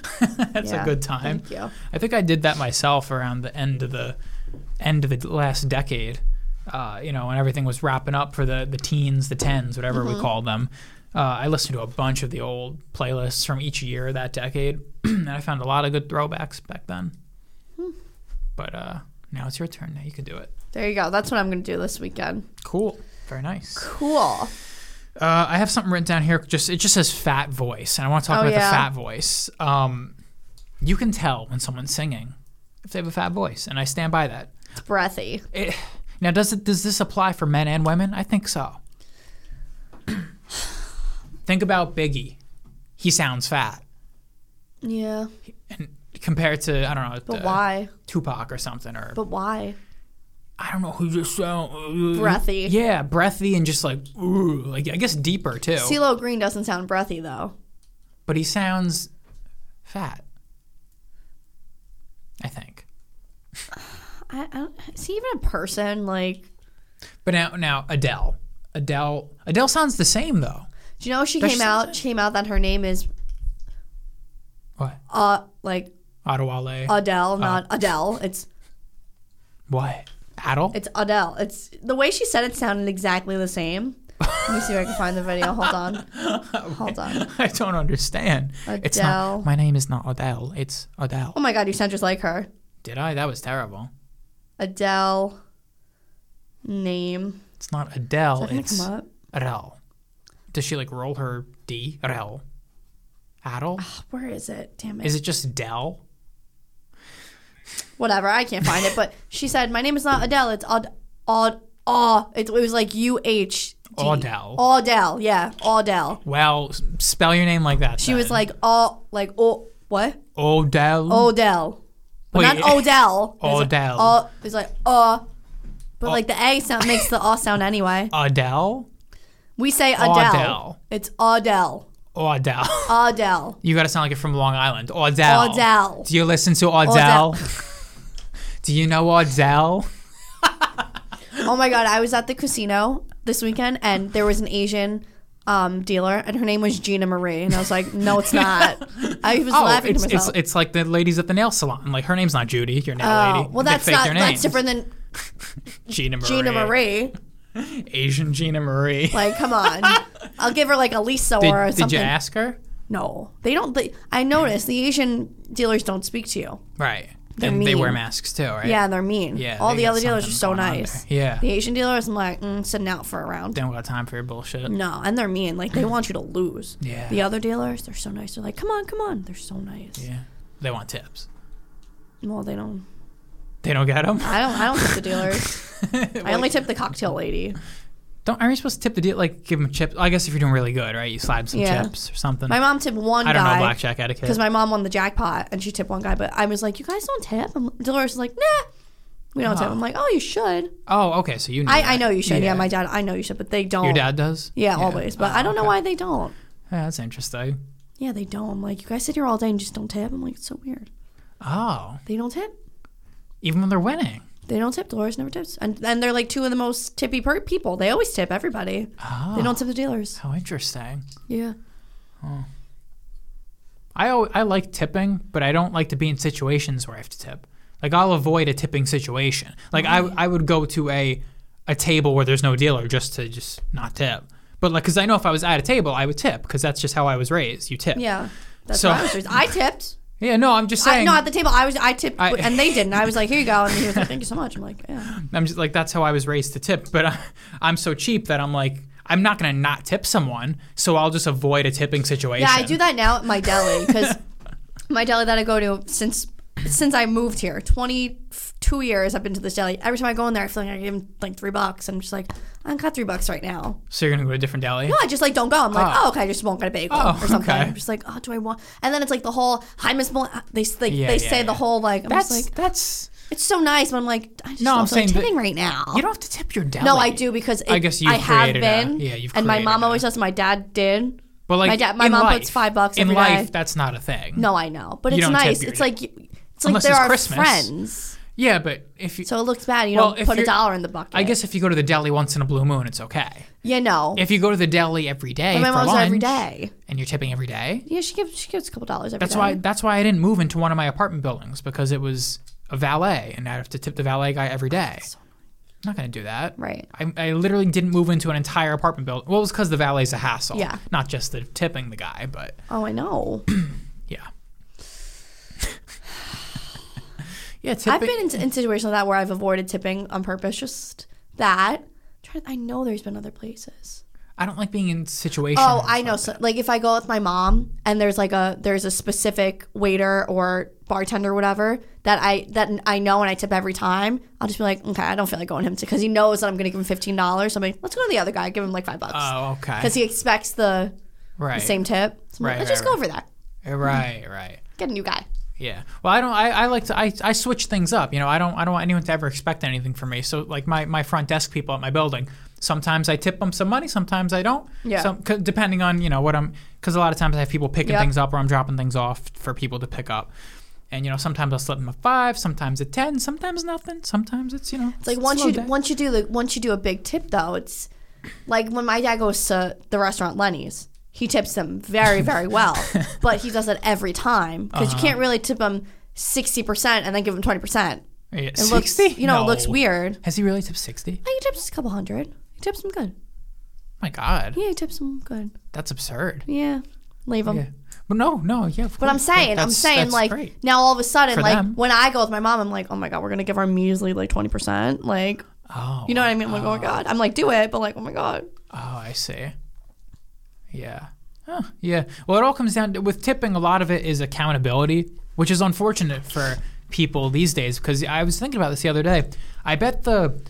A: that's
B: Yeah,
A: a good time.
B: Thank you.
A: I think I did that myself around the end of the end of the last decade. Uh, you know, when everything was wrapping up for the the teens, the tens, whatever
B: Mm-hmm.
A: we called them. Uh, I listened to a bunch of the old playlists from each year of that decade, and I found a lot of good throwbacks back then.
B: Hmm.
A: But uh, now it's your turn. Now you can do it.
B: There you go. That's what I'm gonna do this weekend.
A: Cool. Very nice.
B: Cool.
A: Uh, I have something written down here. Just it just says fat voice, and I want to talk
B: Oh,
A: about
B: yeah.
A: the fat voice. Um, you can tell when someone's singing if they have a fat voice, and I stand by that.
B: It's breathy.
A: It, now, does it does this apply for men and women? I think so. think about Biggie. He sounds fat,
B: Yeah.
A: and compared to I don't know,
B: But
A: the
B: why?
A: Tupac or something, or
B: But why?
A: I don't know who just sound uh,
B: Breathy.
A: Yeah, breathy and just like ooh, like I guess deeper too.
B: CeeLo Green doesn't sound breathy though.
A: but he sounds fat. I think.
B: I, I don't, is he even a person? Like,
A: But now, now Adele, Adele, Adele sounds the same though.
B: do you know she
A: Does
B: came
A: she sound
B: out? She came out that her name is
A: What?
B: uh like
A: Ottawa Lay.
B: Adele, not Adele. It's
A: what? Adele.
B: it's Adele. It's the way she said it sounded exactly the same. Let me see if I can find the video. Hold on. Hold on.
A: I don't understand. It's
B: Adele.
A: not. My name is not Adele. It's Adele.
B: Oh my god, you sound just like her.
A: Did I? That was terrible.
B: Adele name.
A: It's not Adele.
B: Is that gonna
A: It's
B: come up?
A: Adele. Does she like roll her D? Adele. Adele.
B: Where is it? Damn it.
A: Is it just Dell?
B: Whatever. I can't find it. But she said, "My name is not Adele. It's Ad Ad Ah." It, it was like U H.
A: Adele.
B: Adele. Yeah. Adele.
A: Well, s- spell your name like that.
B: She was like, "Oh, like oh, what?
A: Odell.
B: Odell, but
A: Wait.
B: not Odell. It's like,
A: Odell.
B: Oh, it's like oh, but like the A sound makes the oh sound anyway.
A: Adele.
B: We say Adele.
A: Odell.
B: It's Odell.
A: Odell.
B: Odell.
A: You gotta sound like you're from Long Island. Odell.
B: Odell.
A: Do you listen to Odell? Do you know Odell?
B: Oh my god, I was at the casino this weekend and there was an Asian um, dealer and her name was Gina Marie and I was like, no, it's not. I was laughing to
A: Oh, it's, it's
B: myself.
A: it's like the ladies at the nail salon. Like her name's not Judy, your nail
B: oh,
A: lady.
B: well,
A: They
B: that's
A: fake
B: not.
A: their names.
B: That's different than
A: Gina Marie.
B: Gina Marie.
A: Asian Gina Marie.
B: Like, come on. I'll give her like a Lisa or
A: did,
B: something.
A: did you ask her?
B: No, they don't. They, I noticed the Asian dealers don't speak to you.
A: Right. and they
B: mean.
A: wear masks too, right?
B: Yeah, and they're mean.
A: Yeah,
B: All
A: they
B: the
A: got
B: other dealers are
A: something
B: so
A: going on
B: nice.
A: there. Yeah.
B: The Asian dealers, I'm like mm, sitting out for a round.
A: Don't got time for your bullshit.
B: No, and they're mean. Like they want you to lose.
A: Yeah.
B: Mm. The other dealers, they're so nice. They're like, come on, come on. They're so nice.
A: Yeah. They want tips.
B: Well, they don't.
A: They don't get them.
B: I don't. I don't tip the dealers. I only tip the cocktail lady.
A: Don't aren't you supposed to tip the deal? Like give them chips. I guess if you're doing really good, right? You slide some
B: Yeah.
A: chips or something.
B: My mom tipped one
A: I don't know
B: guy
A: blackjack etiquette.
B: because my mom won the jackpot and she tipped one guy. But I was like, you guys don't tip. And Dolores is like, nah, we don't tip.
A: Oh.
B: I'm like, oh, you should.
A: oh, okay. So you. Knew that.
B: I, I know you should. Yeah. my dad. I know you should, but they don't.
A: Your dad does.
B: Yeah, always. But
A: Oh,
B: I don't know
A: okay.
B: why they don't.
A: Yeah, that's interesting.
B: Yeah, they don't. I'm like, you guys sit here all day and just don't tip. I'm like, it's so weird.
A: Oh,
B: They don't tip.
A: even when they're winning.
B: They don't tip. Dolores never tips. And and they're like two of the most tippy per- people. They always tip everybody.
A: Oh,
B: They don't tip the dealers.
A: how interesting.
B: Yeah.
A: I al- I like tipping, but I don't like to be in situations where I have to tip. Like I'll avoid a tipping situation. Like I I would go to a a table where there's no dealer just to just not tip. But like, cause I know if I was at a table, I would tip, cause that's just how I was raised. You tip.
B: Yeah. That's
A: So-
B: what I was raised. I tipped.
A: Yeah. No, I'm just
B: I,
A: saying.
B: no, at the table I was I tipped
A: I-
B: and they didn't. I was like, here you go, and he was like, thank you so much. I'm like, yeah.
A: I'm just like that's how I was raised to tip, but I, I'm so cheap that I'm like I'm not gonna not tip someone, so I'll just avoid a tipping situation.
B: Yeah, I do that now at my deli because my deli that I go to since since I moved here, twenty two years I've been to this deli. Every time I go in there, I feel like I give them like three bucks. I'm just like, I don't got three bucks right now.
A: So you're gonna go to a different deli.
B: No, I just like don't go. I'm like,
A: Oh.
B: oh, okay, I just won't get a bagel
A: Oh,
B: or something.
A: okay.
B: I'm just like, oh, do I want? And then it's like the whole hi Miss Mel. They s- like
A: Yeah,
B: they
A: yeah,
B: say
A: yeah.
B: the whole like. I'm
A: That's
B: just like,
A: that's
B: it's so nice, but I'm like, I just
A: No, I'm
B: don't feel like
A: saying that-
B: tipping right now.
A: you don't have to tip your deli.
B: no, I do because it,
A: I guess you've
B: I have
A: created a-
B: been.
A: yeah, you've
B: and my
A: created
B: mom
A: a-
B: always does. My dad did.
A: But like
B: My dad- my
A: in
B: mom
A: life,
B: puts five bucks
A: in
B: every
A: life.
B: day.
A: That's not a thing.
B: No, I know, but
A: You
B: it's
A: don't tip
B: nice.
A: your-
B: It's like you- it's like
A: Unless
B: there
A: it's
B: are
A: Christmas.
B: friends,
A: Yeah, but if you,
B: so it looks bad. You
A: Well,
B: don't
A: if
B: put a
A: you're-
B: dollar in the bucket.
A: I guess if you go to the deli once in a blue moon, it's okay.
B: you know.
A: If you go to the deli every day,
B: But my
A: for
B: mom's there every
A: lunch,
B: day.
A: and you're tipping every day.
B: Yeah, she gives she gives a couple dollars every
A: That's
B: day.
A: why. That's why I didn't move into one of my apartment buildings because it was a valet, and I have to tip the valet guy every day. I'm not gonna do that.
B: Right.
A: I, I literally didn't move into an entire apartment building. Well, it was because the valet's a hassle.
B: Yeah.
A: Not just the tipping the guy, but
B: Oh, I know.
A: yeah. yeah, tipping.
B: I've been in, in situations like that where I've avoided tipping on purpose. Just that. Try, I know there's been other places.
A: I don't like being in situations.
B: Oh, I know. So, like if I go with my mom and there's like a there's a specific waiter or bartender or whatever that I that I know and I tip every time, I'll just be like, okay, I don't feel like going to him because he knows that I'm going to give him fifteen dollars. I'm like, let's go to the other guy, give him like five bucks
A: Oh, okay.
B: because he expects the,
A: right.
B: the same tip. So I'm
A: Right,
B: like, let's
A: right,
B: just go
A: right.
B: over that.
A: Right. Right.
B: Get a new guy.
A: Yeah. Well, I don't. I, I like to. I, I switch things up. You know, I don't. I don't want anyone to ever expect anything from me. So, like my my front desk people at my building. Sometimes I tip them some money. Sometimes I don't.
B: Yeah.
A: Some, c- depending on you know what I'm, because a lot of times I have people picking
B: Yep.
A: things up or I'm dropping things off for people to pick up. And you know, sometimes I'll slip them a five, sometimes a ten, sometimes nothing. Sometimes it's you know.
B: It's like once you once you do the once you do a big tip though, it's like when my dad goes to the restaurant Lenny's, he tips them very very well, but he does it every time because you
A: Uh-huh.
B: can't really tip them sixty percent and then give them twenty percent.
A: it
B: It looks you know it looks weird.
A: Has he really tipped sixty?
B: Hey, he tips a couple hundred. He tips them good.
A: My God,
B: Yeah, he tips them good.
A: that's absurd.
B: Yeah, leave them.
A: Yeah. But no, no, yeah. Of
B: But I'm saying, I'm saying, like now all of a sudden,
A: For
B: like
A: them.
B: when I go with my mom, I'm like, oh my god, we're gonna give our measly like twenty percent, like
A: oh,
B: you know what I mean? I'm like, oh my god, I'm like, do it, but like, oh my god,
A: Oh, I see. Yeah. Huh. Yeah. Well, it all comes down to with tipping. A lot of it is accountability, which is unfortunate for people these days. Because I was thinking about this the other day. I bet the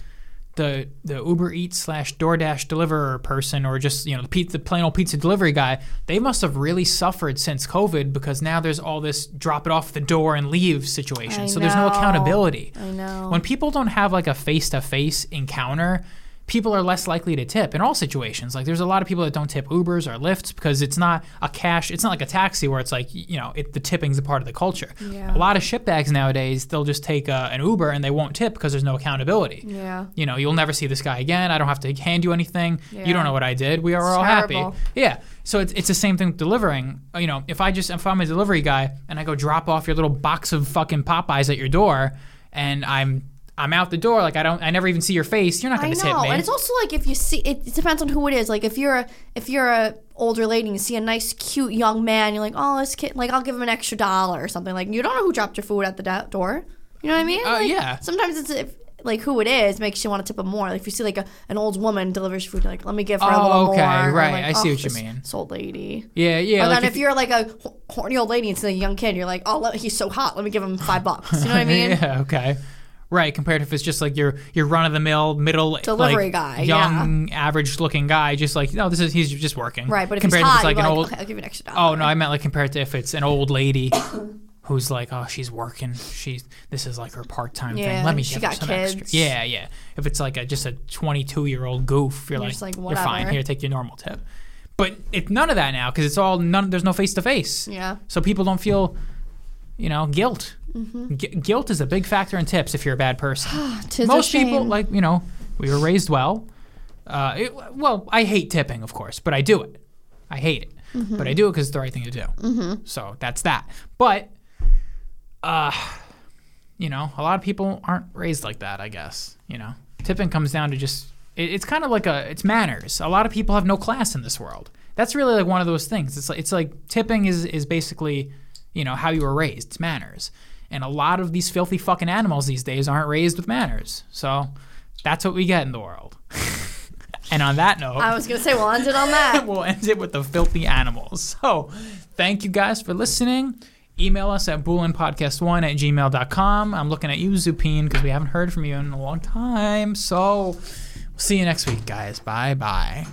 A: the the Uber Eats slash DoorDash deliverer person, or just you know the pizza, the plain old pizza delivery guy, they must have really suffered since COVID because now there's all this drop it off at the door and leave situation.
B: I
A: so there's no
B: know.
A: accountability.
B: I know.
A: When people don't have like a face to face encounter, people are less likely to tip in all situations. Like there's a lot of people that don't tip Ubers or Lyfts because it's not a cash, it's not like a taxi where it's like, y- you know, it, the tipping's a part of the culture.
B: Yeah.
A: A lot of shitbags nowadays, they'll just take uh, an Uber and they won't tip because there's no accountability.
B: yeah.
A: You know, you'll never see this guy again. I don't have to hand you anything. You
B: Yeah.
A: don't know what I did. We are all
B: terrible.
A: happy. Yeah. So it's, it's the same thing with delivering. Uh, You know, if I just if I'm a delivery guy and I go drop off your little box of fucking Popeyes at your door, and I'm I'm out the door like I don't I never even see your face. You're not
B: I
A: going to tip
B: know,
A: me.
B: and it's also like if you see, it, it depends on who it is. Like if you're a if you're a older lady and you see a nice cute young man, you're like, oh, this kid, like I'll give him an extra dollar or something. Like you don't know who dropped your food at the do- door. You know what I mean?
A: Oh,
B: Like,
A: yeah.
B: Sometimes it's if, like who it is makes you want to tip them more. Like if you see like a, an old woman delivers food, you're like let me give her a
A: Oh,
B: little
A: okay,
B: more. Or,
A: right,
B: like, "Oh,
A: I see what you
B: this-
A: mean.
B: This old lady.
A: yeah, yeah.
B: Or
A: like
B: then if, you're like a ho- horny old lady and see a young kid, you're like, oh, let, he's so hot. Let me give him five bucks. You know what I mean?
A: yeah, okay. Right, compared to if it's just like your your run of the mill middle
B: Delivery
A: like,
B: guy,
A: young average looking guy, just like no, this is he's just working.
B: Right, but if
A: compared
B: he's
A: to
B: hot,
A: it's like
B: you're
A: an
B: like,
A: old
B: okay, I'll give you an extra dollar.
A: Oh no, I meant like compared to if it's an old lady who's like, oh, she's working. She's this is like her part time thing.
B: Yeah,
A: Let me
B: she
A: give her
B: got
A: some
B: kids.
A: extra. Yeah, yeah. If it's like a, just a 22 year old goof, you're,
B: You're
A: like,
B: just like,
A: you're fine.
B: whatever.
A: Here, take your normal tip. But it's none of that now because it's all none. There's no face to face.
B: Yeah.
A: So people don't feel, you know, guilt.
B: Mm-hmm.
A: Gu- guilt is a big factor in tips if you're a bad person.
B: Tis a
A: Most people
B: shame.
A: like you know we were raised well. Uh, it, well, I hate tipping, of course, but I do it. I hate it,
B: Mm-hmm.
A: but I do it because it's the right thing to do. So that's that. But, uh, you know, a lot of people aren't raised like that. I guess you know, tipping comes down to just it, it's kind of like a it's manners. A lot of people have no class in this world. That's really like one of those things. It's like it's like tipping is is basically, you know, how you were raised. It's manners, and a lot of these filthy fucking animals these days aren't raised with manners. So that's what we get in the world. and on that note,
B: I was gonna say we'll end it on that.
A: we'll end it with the filthy animals. So thank you guys for listening. Email us at boolinpodcast1 at gmail.com. I'm looking at you, Zupine, because we haven't heard from you in a long time. So we'll see you next week, guys. Bye bye.